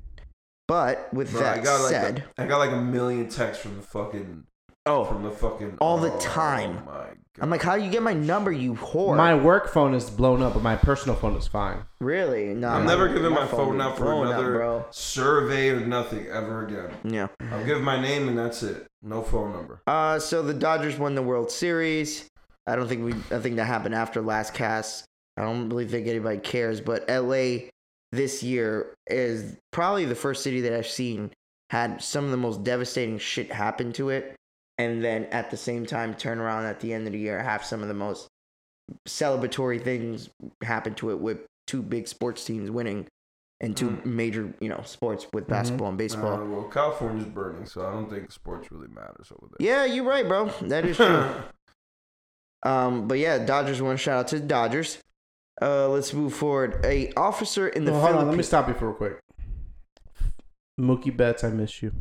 S1: But with
S2: Bro, I
S1: that
S2: got like
S1: said,
S2: a, I got like a million texts from the fucking
S1: oh,
S2: from the fucking
S1: All the
S2: oh,
S1: time.
S2: my God.
S1: I'm like, how do you get my number, you whore?
S3: My work phone is blown up, but my personal phone is fine.
S1: really? No,
S2: I'm never giving my phone out for
S1: blown up,
S2: another survey or nothing ever again.
S1: bro. Yeah.
S2: I'll give my name and that's it. No phone number.
S1: Uh, so the Dodgers won the World Series. I don't think we. I think that happened after last cast. I don't really think anybody cares. But LA this year is probably the first city that I've seen had some of the most devastating shit happen to it, and then at the same time turn around at the end of the year have some of the most celebratory things happen to it with two big sports teams winning and two
S2: Mm.
S1: major you know sports with basketball and baseball.
S2: Uh, well, California's burning, so I don't think sports really matters over [laughs] there.
S1: Yeah, you're right, bro. That is true. Um, but yeah, Dodgers won. Shout out to the Dodgers. Uh, let's move forward. A officer in the
S3: No, hold
S1: Philippines.
S3: on, let me stop you for real quick. Mookie Betts, I miss you.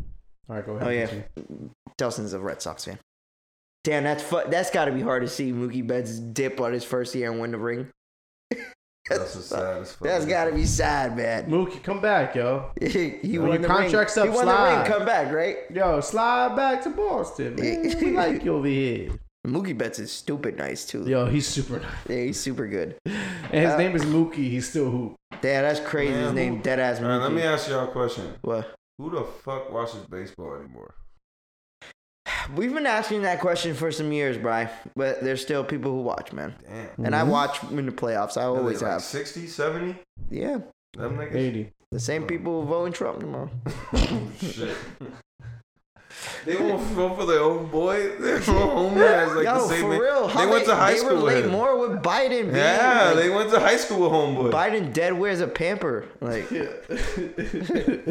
S3: All right, go ahead.
S1: Oh, yeah.
S3: continue.
S1: Delson's a Red Sox fan. Damn, that's fu- that's got to be hard to see Mookie Betts dip on his first year and win the ring.
S2: that's the saddest.
S1: That's got to be sad, man. [laughs]
S3: Mookie, come back, yo.
S1: he
S3: Well,
S1: won
S3: your
S1: the
S3: contract's
S1: ring.
S3: up,
S1: he won
S3: slide.
S1: the ring. Come back, right?
S3: Yo, slide back to Boston, man. We like you over here.
S1: Mookie Betts is stupid nice too.
S3: Yo, he's super nice.
S1: Yeah, he's super good.
S3: And his name is Mookie. He's still hoop.
S1: Damn, that's crazy.
S2: Man,
S1: His
S2: who-
S1: name dead ass
S2: All right,
S1: Mookie.
S2: let me ask y'all a question.
S1: What?
S2: Who the fuck watches baseball anymore?
S1: We've been asking that question for some years, Bry, but there's still people who watch, man.
S2: Damn.
S1: And I
S3: Mhm.
S1: watch in the playoffs. I
S2: Are they
S1: always
S2: like
S1: have.
S2: 60, 70?
S1: Yeah,
S2: Them niggas?
S3: 80.
S1: the same people who vote in Trump tomorrow. [laughs]
S2: Shit. They won't vote for their own boy. [laughs] Their own homie has like
S1: Yo,
S2: the same
S1: for
S2: name.
S1: real,
S2: They went to high
S1: they
S2: school with
S1: relate
S2: him.
S1: more with Biden. being,
S2: Yeah,
S1: like,
S2: they went to high school with homeboy.
S1: Biden dead wears a pamper.
S2: [laughs]
S1: Like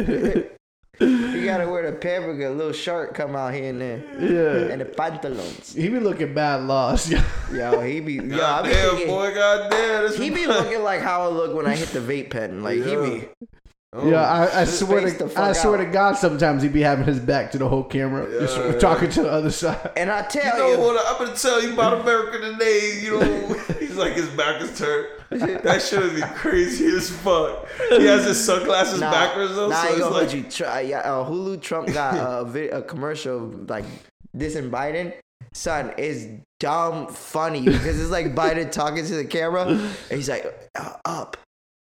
S1: you gotta wear the pamper, get a little shark come out here and there,
S3: yeah.
S1: and the pantaloons.
S3: [laughs] He be looking bad lost. yo.
S1: Yo, he be, yo, I
S2: God
S1: [laughs] be
S2: damn,
S1: thinking-
S2: boy, god damn. This [laughs]
S1: he be looking like how I look when I hit the vape pen. Like he be,
S2: Oh,
S3: Yeah, I, I
S1: Just
S3: swear
S1: face the
S3: to
S1: fuck
S3: I swear
S1: out.
S3: to God, sometimes he be having his back to the whole camera, just
S2: Yeah.
S3: talking to the other side.
S1: and I
S2: You
S1: tell
S2: know
S1: you,
S2: what? I'm gonna tell you about America today.
S1: [laughs]
S2: You know, he's like his back is turned. That shit would be crazy as fuck. He has his sunglasses
S1: nah,
S2: backwards though,
S1: nah,
S2: so
S1: I
S2: it's
S1: gonna
S2: like
S1: let you try. Yeah, uh, Hulu Trump got
S2: [laughs]
S1: a, vi- a commercial of, like this and Biden. Son is dumb funny because it's like
S2: [laughs]
S1: Biden talking to the camera, and he's like uh, up.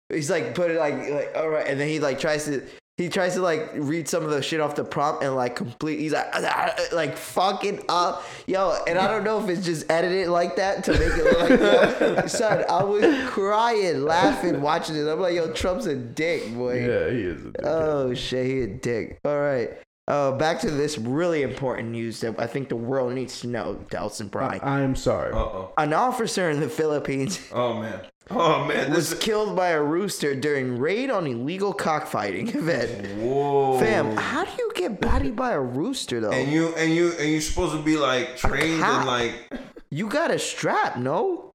S1: He's like put it like like all right, and then he like tries to. He tries to like read some of the shit off the prompt and like complete. He's like, uh, like fucking up, yo. And I don't know if it's just edited like that to make it look like,
S2: [laughs]
S1: yo, son. I was crying, laughing, watching it. I'm like, yo, Trump's a dick, boy.
S3: he is. A dickhead.
S1: Oh shit, he a dick. All right. Uh, back to this really important news that I think the world needs to know, Delson Bry.
S3: I am sorry.
S2: Uh oh.
S1: An officer in the Philippines [laughs]
S2: Oh man. Oh man. This
S1: was
S2: is
S1: killed by a rooster during raid on illegal cockfighting [laughs] event.
S2: whoa.
S1: Fam, how do you get bodied by a rooster though?
S2: Oh. And
S1: You-,
S2: you and you and you're supposed to be like trained
S1: cop.
S2: and like
S1: got a strap, no?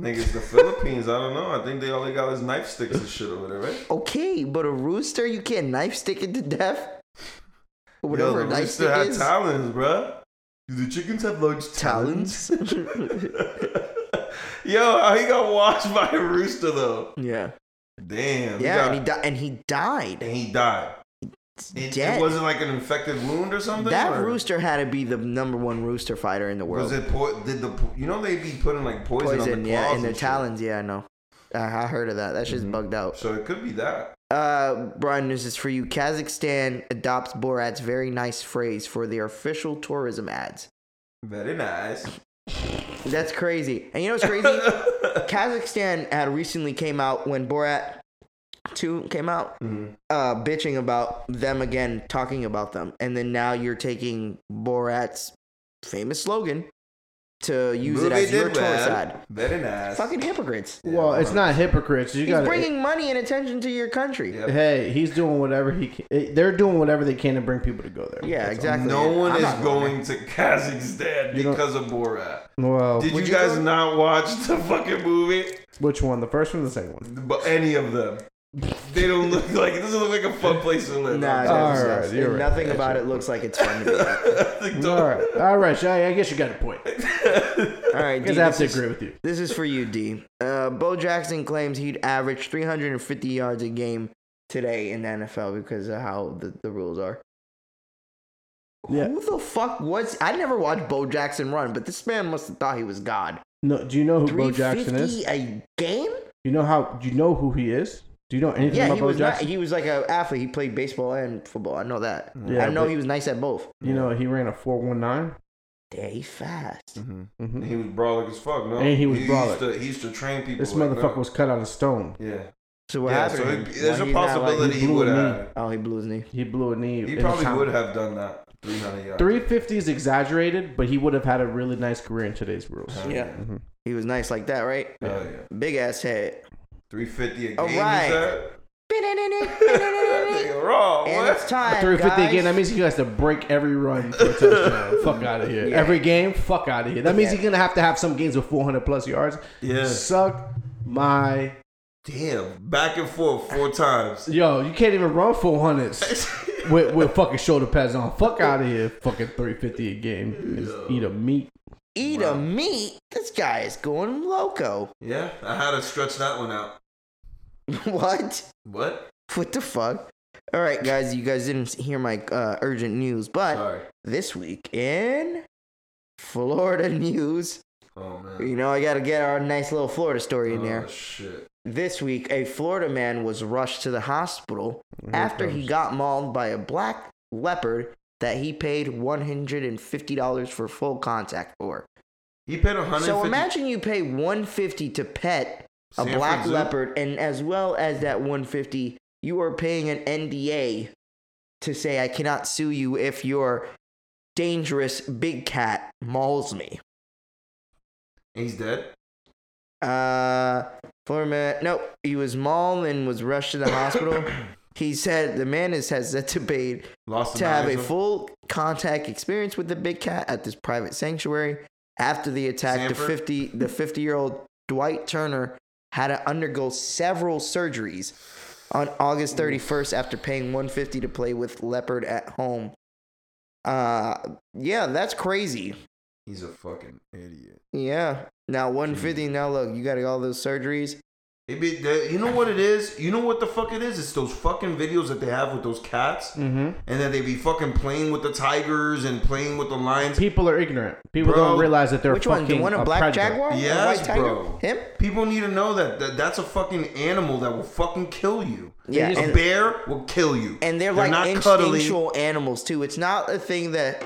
S2: niggas the Philippines. I don't know. I think they only got his knife sticks and shit over there, right?
S1: Okay, but a rooster you can't knife stick it to death. Or Whatever
S2: Yo,
S1: a
S2: the
S1: knife
S2: rooster
S1: stick
S2: had
S1: is.
S2: talons, bruh. Do the chickens have large
S1: Talons.
S2: [laughs]
S1: [laughs]
S2: Yo, how he got washed by a rooster though?
S1: yeah.
S2: Damn. he
S1: Yeah,
S2: got-
S1: and he di- and he died.
S2: and he died. It,
S1: Dead.
S2: it wasn't like an infected wound or something.
S1: That
S2: or
S1: rooster had to be the number one rooster fighter in the world.
S2: was it. Po- did the po- you know they be putting like poison,
S1: poison?
S2: on the claws
S1: yeah, in their
S2: and shit.
S1: talons. Yeah, I know. Uh, I heard of that. That shit's
S2: Mhm.
S1: bugged out.
S2: So it could be that.
S1: Uh, Brian, this is for you. Kazakhstan adopts Borat's very nice phrase for their official tourism ads.
S2: Very nice.
S1: That's crazy. And you know what's
S2: [laughs]
S1: crazy?
S2: Mm-hmm.
S1: Kazakhstan had recently came out when Borat 2 came out,
S2: Mhm.
S1: uh, bitching about them again, talking about them. And then now you're taking Borat's famous slogan to use
S2: Movie
S1: it as your
S2: did
S1: tourist
S2: well.
S1: ad.
S2: Very nice.
S1: Fucking hypocrites.
S2: Yeah,
S3: well, it's
S2: right.
S3: not hypocrites. You
S1: He's
S3: got
S1: bringing money and attention to your country.
S2: Yeah.
S3: Hey, he's doing whatever he can. eh, They're doing whatever they can to bring people to go there.
S1: Yeah,
S3: That's
S1: exactly.
S2: No one
S1: I'm
S2: is
S1: not
S2: going to Kazakhstan
S3: You don't-
S2: because of Borat.
S3: all. Well,
S2: Did you,
S1: would you
S2: guys
S1: go-
S2: not watch the fucking movie?
S3: which one? The first one, or the second one?
S2: But any of them, they don't look [laughs] like. It doesn't look like a fun place to live.
S1: Nah,
S2: I'm
S1: it
S3: All
S1: doesn't.
S3: right,
S1: And
S3: you're right.
S1: nothing
S3: That's
S1: about
S3: your
S1: it looks like it's fun to
S2: [laughs]
S1: be at.
S2: Like,
S3: All
S2: don't-
S3: right, all right. Shay, I guess you got a point. I
S1: All right, D,
S3: guess I have
S1: this,
S3: to
S1: is,
S3: agree with you.
S1: this is for you, D. Uh, Bo Jackson claims he'd average 350 yards a game today in the NFL because of how the, the rules are.
S3: Yeah.
S1: Who the fuck was? I never watched Bo Jackson run, but this man must have thought he was God.
S3: No, do you know who Bo Jackson
S1: 350
S3: is?
S1: a game?
S3: You know how? Do you know who he is? Do you know anything
S1: Yeah,
S3: about
S1: he
S3: Bo
S1: was not,
S3: Jackson?
S1: he was like an athlete. He played baseball and football. I know that.
S3: Yeah,
S1: I know
S3: but-
S1: he was nice at both.
S3: You know he ran a four one nine.
S1: Damn, he fast.
S3: Mm-hmm.
S2: And [laughs] He was brolic as fuck, no?
S3: And he was brolic.
S2: Used to, he used to train people.
S3: This
S2: like,
S3: motherfucker
S2: no.
S3: was cut out of stone.
S2: Yeah.
S1: So what
S2: yeah,
S1: happened?
S2: so
S1: to
S2: he,
S1: him?
S2: there's
S1: Why
S2: a
S1: he's not, like-
S2: possibility he
S3: blew
S2: would
S3: a knee.
S2: have.
S1: oh, he blew his knee.
S3: He blew a knee.
S2: He
S3: in
S2: probably
S3: time.
S2: would have done that. 300 yards.
S3: 350 is exaggerated, but he would have had a really nice career in today's rules.
S2: Hell
S1: Yeah. He was nice like that, right?
S2: Hell yeah.
S1: Big ass
S2: [laughs]
S1: head. [laughs]
S2: 350 a game.
S1: All
S2: you
S1: Oh, right.
S2: said?
S1: and
S2: Nigga wrong.
S1: it's
S2: What?
S1: time.
S3: 350
S1: guys.
S3: again, that means he has to break every run for a
S2: [laughs]
S3: touchdown. fuck out of here.
S1: Yeah.
S3: Every game, fuck out of here. That means
S1: Yeah.
S3: he's going to have to have some games with 400 plus yards.
S2: Yeah.
S3: Suck my.
S2: Damn. Back and forth four times.
S3: Yo, you can't even run
S2: [laughs]
S3: 400s with, with fucking shoulder pads on. Fuck out of here. Fucking 350 a game. Just
S2: Yo.
S3: Eat a meat.
S1: eat a meat. This guy is going loco. [laughs]
S2: [laughs] Yeah. I had to stretch that one out.
S1: what?
S2: What?
S1: What the fuck? All right, guys, you guys didn't hear my uh, urgent news, but
S2: Sorry.
S1: this week in Florida news,
S2: Oh, man.
S1: you know, I got to get our nice little Florida story in
S2: oh,
S1: there.
S2: shit.
S1: This week, a Florida man was rushed to the hospital after he got mauled by a black leopard that he paid $150 for full contact for.
S2: He paid 150.
S1: So imagine you pay 150 to pet a
S2: San
S1: black
S2: Francisco-
S1: leopard and as well as that 150 you are paying an NDA to say I cannot sue you if your dangerous big cat mauls me.
S2: He's dead.
S1: Uh for a minute, nope, he was mauled and was rushed to the
S2: [coughs]
S1: hospital. He said the man is has said to pay
S2: [clears throat] Lost
S1: to
S2: the
S1: have a
S2: management.
S1: full contact experience with the big cat at this private sanctuary. After the attack, the
S2: Sanford?
S1: 50 the 50 year old Dwight Turner had to undergo several surgeries on August 31st after paying 150 to play with leopard at home. Uh, yeah, that's crazy.
S2: He's a fucking idiot.
S1: Yeah. Now 150. Now look, you got all those surgeries.
S2: It be, the, you know what it is? You know what the fuck it is? It's those fucking videos that they have with those cats,
S1: Mm-hmm.
S3: hmm
S2: and that they be fucking playing with the tigers and playing with the lions.
S3: People are ignorant. People
S2: Bro.
S3: don't realize that they're
S1: Which
S3: fucking
S1: one? The one
S3: a
S1: a black
S3: predator.
S1: jaguar? A
S2: Yes,
S1: white tiger?
S2: bro.
S1: Him?
S2: People need to know that, that that's a fucking animal that will fucking kill you.
S1: Yeah,
S2: a
S1: and-
S2: bear will kill you.
S1: and they're, like instinctual animals too. It's not a thing that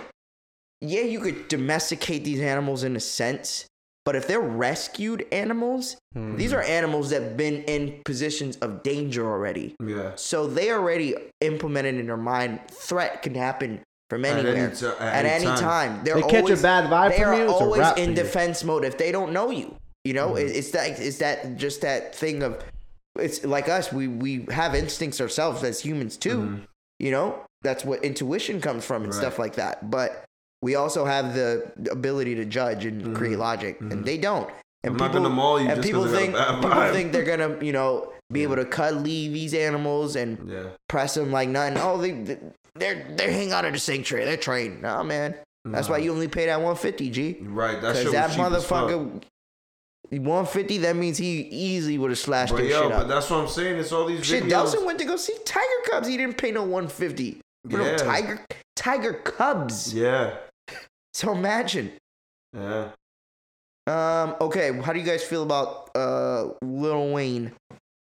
S1: yeah, you could domesticate these animals in a sense, but if they're rescued animals,
S3: Hmm.
S1: these are animals that've been in positions of danger already.
S2: Yeah.
S1: So they already implemented in their mind threat can happen from anywhere. At any,
S2: ti- at any
S1: time.
S2: time.
S1: They're
S3: They catch a
S1: always-
S3: bad vibe
S1: They
S3: from
S1: are
S3: you, it's a
S1: always
S3: wrap for
S1: in
S3: you.
S1: defense mode if they don't know you. You know,
S2: Mm-hmm.
S1: It- it's that it's that just that thing of it's like us. We we have instincts ourselves as humans too. You know, that's what intuition comes from and stuff
S2: Mm-hmm. Right.
S1: like that. But we also have the ability to judge and create logic, and they don't. And
S2: Mm-hmm. I'm not gonna maul you
S1: and
S2: just
S1: people
S2: 'cause I got a
S1: think
S2: bad
S1: people
S2: vibe.
S1: think they're gonna you know be able to cuddly these animals and
S2: Yeah.
S1: press them like nothing. Oh, they they- they're they hang out at the sanctuary. They're trained. Nah, man. That's why you only pay that one fifty, G.
S2: You're Right. That
S1: Because
S2: shit was
S1: that
S2: cheap as fuck.
S1: motherfucker, one fifty. That means he easily would have slashed
S2: But
S1: their
S2: yo,
S1: shit
S2: but
S1: up.
S2: that's what I'm saying. It's all these
S1: Shit,
S2: videos.
S1: Delson went to go see Tiger Cubs. He didn't pay no one fifty.
S2: Yeah.
S1: No Tiger Tiger Cubs.
S2: yeah.
S1: So imagine.
S2: Yeah.
S1: Um. Okay. How do you guys feel about uh Lil Wayne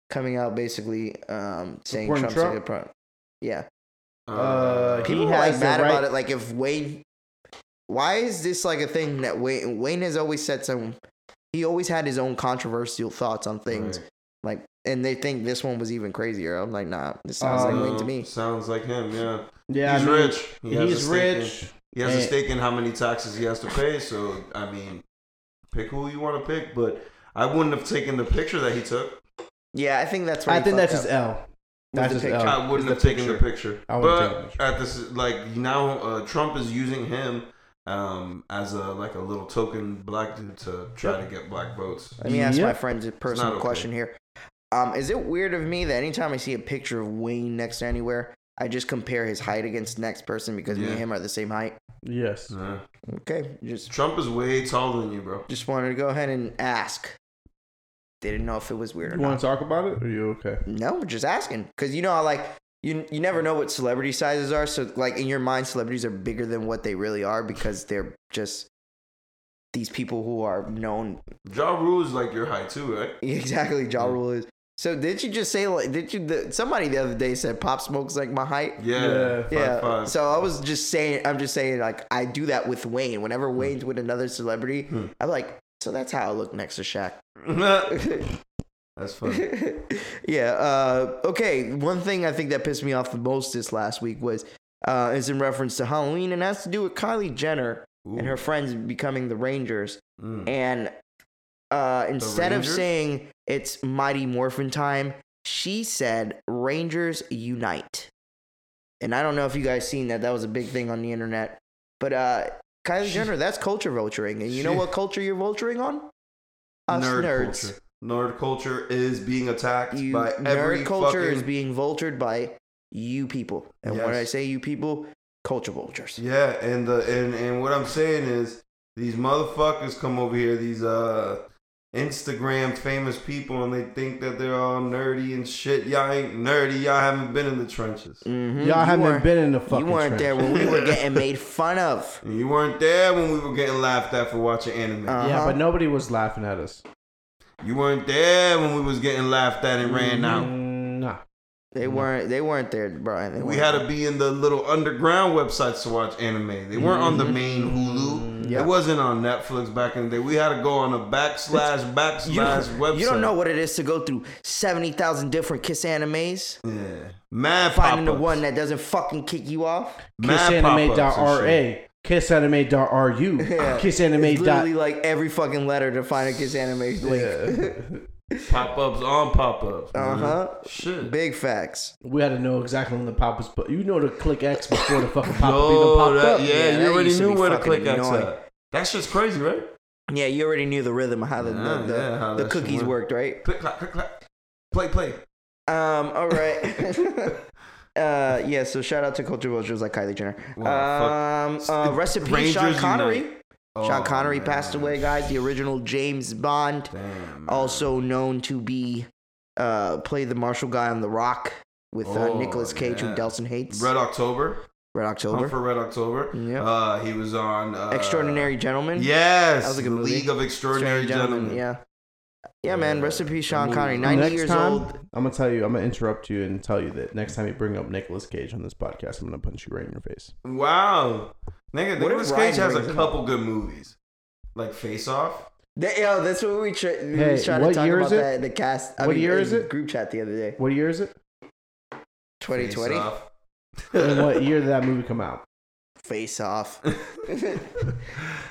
S1: coming out basically um saying
S3: Supporting
S1: Trump's
S3: Trump?
S1: a good pro- Yeah.
S3: Uh, he
S1: People are like
S3: has the
S1: mad about
S3: right-
S1: it. Like if Wayne, why is this like a thing that Wayne? Wayne has always said some. He always had his own controversial thoughts on things.
S2: Right.
S1: Like, and they think this one was even crazier. I'm like, nah. This sounds
S3: Uh,
S1: like Wayne
S2: No,
S1: to me.
S2: Sounds like him. Yeah.
S3: Yeah,
S2: he's
S3: I mean,
S2: rich. He has a
S3: he's
S2: stake in-
S3: rich.
S2: He has a
S3: And-
S2: stake in how many taxes he has to pay. So I mean, pick who you want to pick. But I wouldn't have taken the picture that he took.
S1: Yeah, I think that's. Where
S3: I
S1: he
S3: think
S1: fucked
S3: that's his
S1: up.
S3: L. That's
S1: With
S3: his
S1: the
S3: L.
S1: picture.
S2: I wouldn't have
S3: Oh, It's
S2: taken the picture.
S3: I wouldn't have taken
S2: But at this, like now, uh, Trump is using him um, as a like a little token black dude to try to get black votes.
S1: Let me ask
S3: Yep.
S1: my friends a personal
S2: okay.
S1: question here. Um, is it weird of me that anytime I see a picture of Wayne next to anywhere, I just compare his height against the next person because me
S2: Yeah.
S1: and him are the same height?
S3: Yes.
S2: Yeah.
S1: Okay, just
S2: Trump is way taller than you, bro.
S1: just wanted to go ahead and ask. Didn't know if it was weird or
S3: You
S1: not.
S3: want to talk about it? Or are you okay?
S1: No, just asking because you know how like you you never know what celebrity sizes are. So like in your mind, celebrities are bigger than what they really are because they're just these people who are known. [laughs]
S2: Ja Rule is like your height too, right?
S1: Exactly, Ja
S2: Yeah.
S1: Rule is. So did you just say like did you the, somebody the other day said Pop Smoke's like my height?
S2: Yeah.
S3: Yeah.
S2: Five,
S1: Yeah.
S2: Five.
S1: So I was just saying, I'm just saying, like I do that with Wayne. Whenever Wayne's with another celebrity,
S2: Hmm.
S1: [laughs] I'm like, so that's how I look next to Shaq.
S2: [laughs] That's funny.
S1: yeah. Uh, okay. One thing I think that pissed me off the most this last week was uh, is in reference to Halloween and has to do with Kylie Jenner [laughs] and her friends becoming the Rangers.
S2: Mm.
S1: And uh, instead of
S2: Rangers?
S1: saying it's Mighty Morphin time, she said Rangers Unite. And I don't know if you guys seen that. That was a big thing on the internet. But uh, Kylie
S2: She-
S1: Jenner, that's culture vulturing. And you know
S2: She-
S1: what culture you're vulturing on? Us nerds.
S2: culture. Nerd culture is being attacked
S1: You,
S2: by every
S1: nerd culture
S2: fucking.
S1: is being vultured by you people. And when
S2: Yes.
S1: I say you people, culture vultures.
S2: yeah, and the and and what I'm saying is these motherfuckers come over here, these uh Instagram famous people, and they think that they're all nerdy and shit. Y'all ain't nerdy. Y'all haven't been in the trenches.
S1: Mhm, you
S3: Y'all haven't
S1: weren't-
S3: been in the fucking.
S1: You weren't
S3: trench.
S1: there when we were getting made fun
S2: [laughs]
S1: of.
S2: You weren't there when we were getting laughed at for watching anime.
S1: Uh,
S3: Yeah,
S1: Uh-huh.
S3: but nobody was laughing at us.
S2: you weren't there when we was getting laughed at and ran out.
S3: Mm, Nah.
S1: They
S3: Mhm.
S1: weren't. They weren't there, Brian. They
S2: We
S1: weren't
S2: had
S1: there.
S2: to be in the little underground websites to watch anime. They weren't on the
S1: Mhm.
S2: main Hulu.
S1: Yeah.
S2: It wasn't on Netflix back in the day. We had to go on a backslash backslash website.
S1: You don't know what it is to go through seventy thousand different kiss animes,
S2: Yeah. Mad
S1: finding the
S2: pop-ups.
S1: one that doesn't fucking kick you off.
S2: Mad pop-ups and shit.
S3: Kissanime.ra. Kissanime.ru. [laughs]
S1: Yeah. It's literally
S3: Kissanime.
S1: like every fucking letter to find a kiss anime link.
S2: Pop-ups on pop-ups. man.
S1: Uh-huh.
S2: Shit.
S1: Big facts.
S3: We had to know exactly when the pop was, but you know to click X before the fucking pop
S2: Yo,
S3: even popped
S2: that-
S3: up.
S2: yeah,
S1: Yeah, that
S2: you already
S1: used to
S2: knew
S1: be
S2: where to
S1: fucking
S2: click X
S1: annoying.
S2: at. That's just crazy, right?
S1: Yeah, you already knew the rhythm of how the
S2: Yeah,
S1: the, the,
S2: yeah, how
S1: the
S2: that shit
S1: cookies worked,
S2: worked.
S1: right?
S2: Click, clap, click, clap. Play, play.
S1: Um. All
S2: [laughs]
S1: right. [laughs] Uh yeah, so shout out to culture vultures like Kylie Jenner.
S2: Wow,
S1: um, [laughs] uh, rest in peace, Sean
S2: Rangers
S1: Connery.
S2: Unite.
S1: Sean
S2: Oh,
S1: Connery
S2: man.
S1: passed away, guys. The original James Bond,
S2: Damn. man.
S1: also known to be uh, play the martial guy on The Rock with uh,
S2: Oh,
S1: Nicolas Cage,
S2: yeah.
S1: who Delson hates. Red,
S2: Red October.
S1: October,
S2: Hunt for Red October.
S1: Yep.
S2: Uh, he was on uh,
S1: Extraordinary Gentleman.
S2: Yes,
S1: That was a good movie.
S2: League of Extraordinary, Gentlemen.
S1: Yeah. Yeah, man.
S2: Yeah.
S1: Rest in peace, Sean
S2: That
S1: Connery.
S2: movie-
S1: Ninety
S3: next
S1: years
S3: time,
S1: old.
S3: I'm gonna tell you. I'm gonna interrupt you and tell you that next time you bring up Nicolas Cage on this podcast, I'm gonna punch you right in your face.
S2: Wow,
S1: What if
S2: nigga, Nicolas
S1: Ryan
S2: Cage has a
S1: brings him
S2: couple good movies, like Face Off.
S1: That, yo, that's what we, try, we
S3: Hey,
S1: was trying to
S3: what
S1: talk
S3: year
S1: about
S3: is it?
S1: that in the cast. I
S3: What
S1: mean,
S3: year
S1: in
S3: is it?
S1: Group chat the other day.
S3: What year is it?
S1: Twenty twenty.
S2: Face
S3: [laughs]
S2: Off.
S3: And what year did that movie
S1: [laughs]
S3: come out?
S1: Face off. [laughs]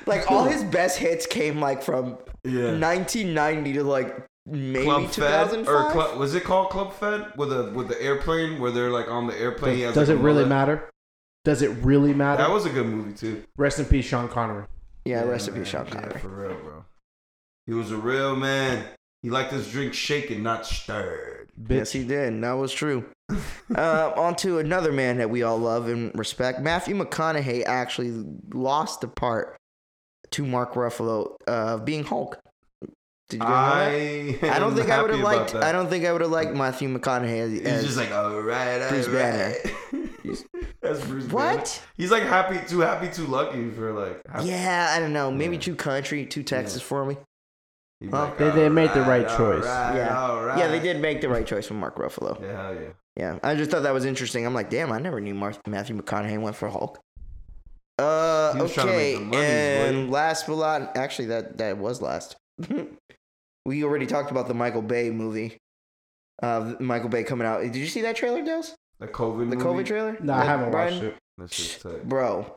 S1: like all his best hits came like from
S2: [laughs] yeah.
S1: 1990 to like maybe
S2: Club Fed
S1: 2005.
S2: or Club, was it called Club Fed with a with the airplane where they're like on the airplane? he has,
S3: Does
S2: like,
S3: it
S2: a
S3: really
S2: mullet?
S3: matter? Does it really matter?
S2: That was a good movie too.
S3: Rest in peace, Sean Connery.
S1: yeah, rest in
S2: man.
S1: peace, Sean
S2: Yeah,
S1: Connery.
S2: for real, bro. He was a real man. He liked his drink shaken, not stirred.
S3: Bitch.
S1: Yes, he did. and That was
S2: [laughs]
S1: true. uh, on to another man that we all love and respect. Matthew McConaughey actually lost the part to Mark Ruffalo uh, of being Hulk. Did you guys know that?
S2: I
S1: I don't
S2: am
S1: think I would have
S2: happy about
S1: liked.
S2: that.
S1: I don't think I would have liked Matthew McConaughey. As,
S2: He's
S1: as-
S2: just like, all right, all
S1: Bruce Banner.
S2: right.
S1: [laughs]
S2: That's Bruce Banner.
S1: what?
S2: He's like happy, too happy, too lucky for like. happy-
S1: Yeah, I don't know. Maybe
S2: Yeah.
S1: too country, too Texas for me.
S2: He's
S1: Huh?
S2: like,
S3: They- they
S2: "All
S3: made the right
S2: all
S3: choice."
S2: right,
S1: Yeah.
S2: all right.
S1: Yeah, they did make the right choice with Mark Ruffalo.
S2: Yeah, hell yeah.
S1: Yeah, I just thought that was interesting. I'm like, damn, I never knew Mar- Matthew McConaughey went for Hulk. Uh,
S2: He was trying to
S1: okay,
S2: make the monies,
S1: and
S2: boy.
S1: last but not actually, that that was last. [laughs] we already talked about the Michael Bay movie. Uh, Michael Bay coming out. Did you see that trailer, Dales?
S2: The COVID
S1: The
S2: movie.
S1: COVID trailer?
S3: No, I
S1: With
S3: haven't
S1: Brian?
S3: watched it.
S2: That shit's tight.
S1: Bro,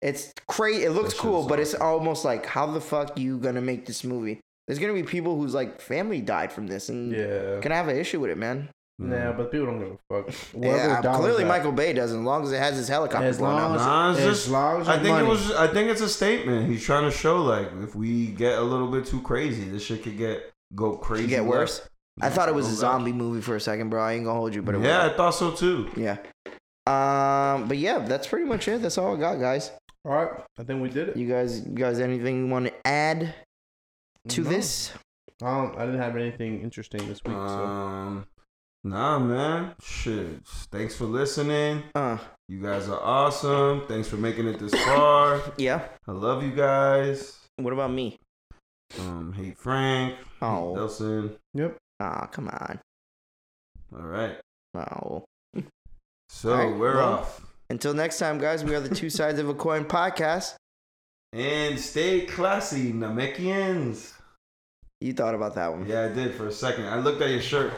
S1: it's crazy. It looks
S2: shit's
S1: cool, but it's
S2: awesome.
S1: almost like, how the fuck you gonna make this movie? There's gonna be people whose like family died from this, and
S3: Yeah.
S1: gonna have an issue with it, man.
S2: Mm.
S3: Nah, but people don't give a fuck. Wherever the
S1: Yeah,
S3: dollar's
S1: clearly
S3: at.
S1: Michael Bay doesn't, as long as it has his helicopter
S3: As
S1: blown up.
S3: long as,
S2: Nah, it's
S3: as
S2: just-
S3: long as
S2: I think
S3: money.
S2: it was. I think it's a statement. He's trying to show like if we get a little bit too crazy, this shit could get go crazy.
S1: You get worse. I
S2: Yeah,
S1: thought it was
S2: go
S1: a
S2: left.
S1: zombie movie for a second, bro. I ain't gonna hold you, but it
S2: yeah, I thought so too.
S1: was. Yeah. Um, but yeah, that's pretty much it. That's all I got, guys.
S3: All right, I think we did it.
S1: You guys, you guys, anything you want to add to
S3: No.
S1: this?
S3: Um, I didn't have anything interesting this week. So.
S2: Um, nah, man. Shit. Thanks for listening.
S1: Uh,
S2: You guys are awesome. Thanks for making it this far.
S1: yeah.
S2: I love you guys.
S1: What about me?
S2: Um, hate Frank.
S1: Oh.
S2: Hate Nelson.
S3: Yep.
S1: Ah, come on.
S2: All right.
S1: Oh.
S2: So
S1: All right,
S2: we're
S1: well-
S2: off.
S1: Until next time, guys. We are the Two Sides of a Coin podcast.
S2: And stay classy, Namekians.
S1: You thought about that one.
S2: Yeah, I did for a second. I looked at your shirt.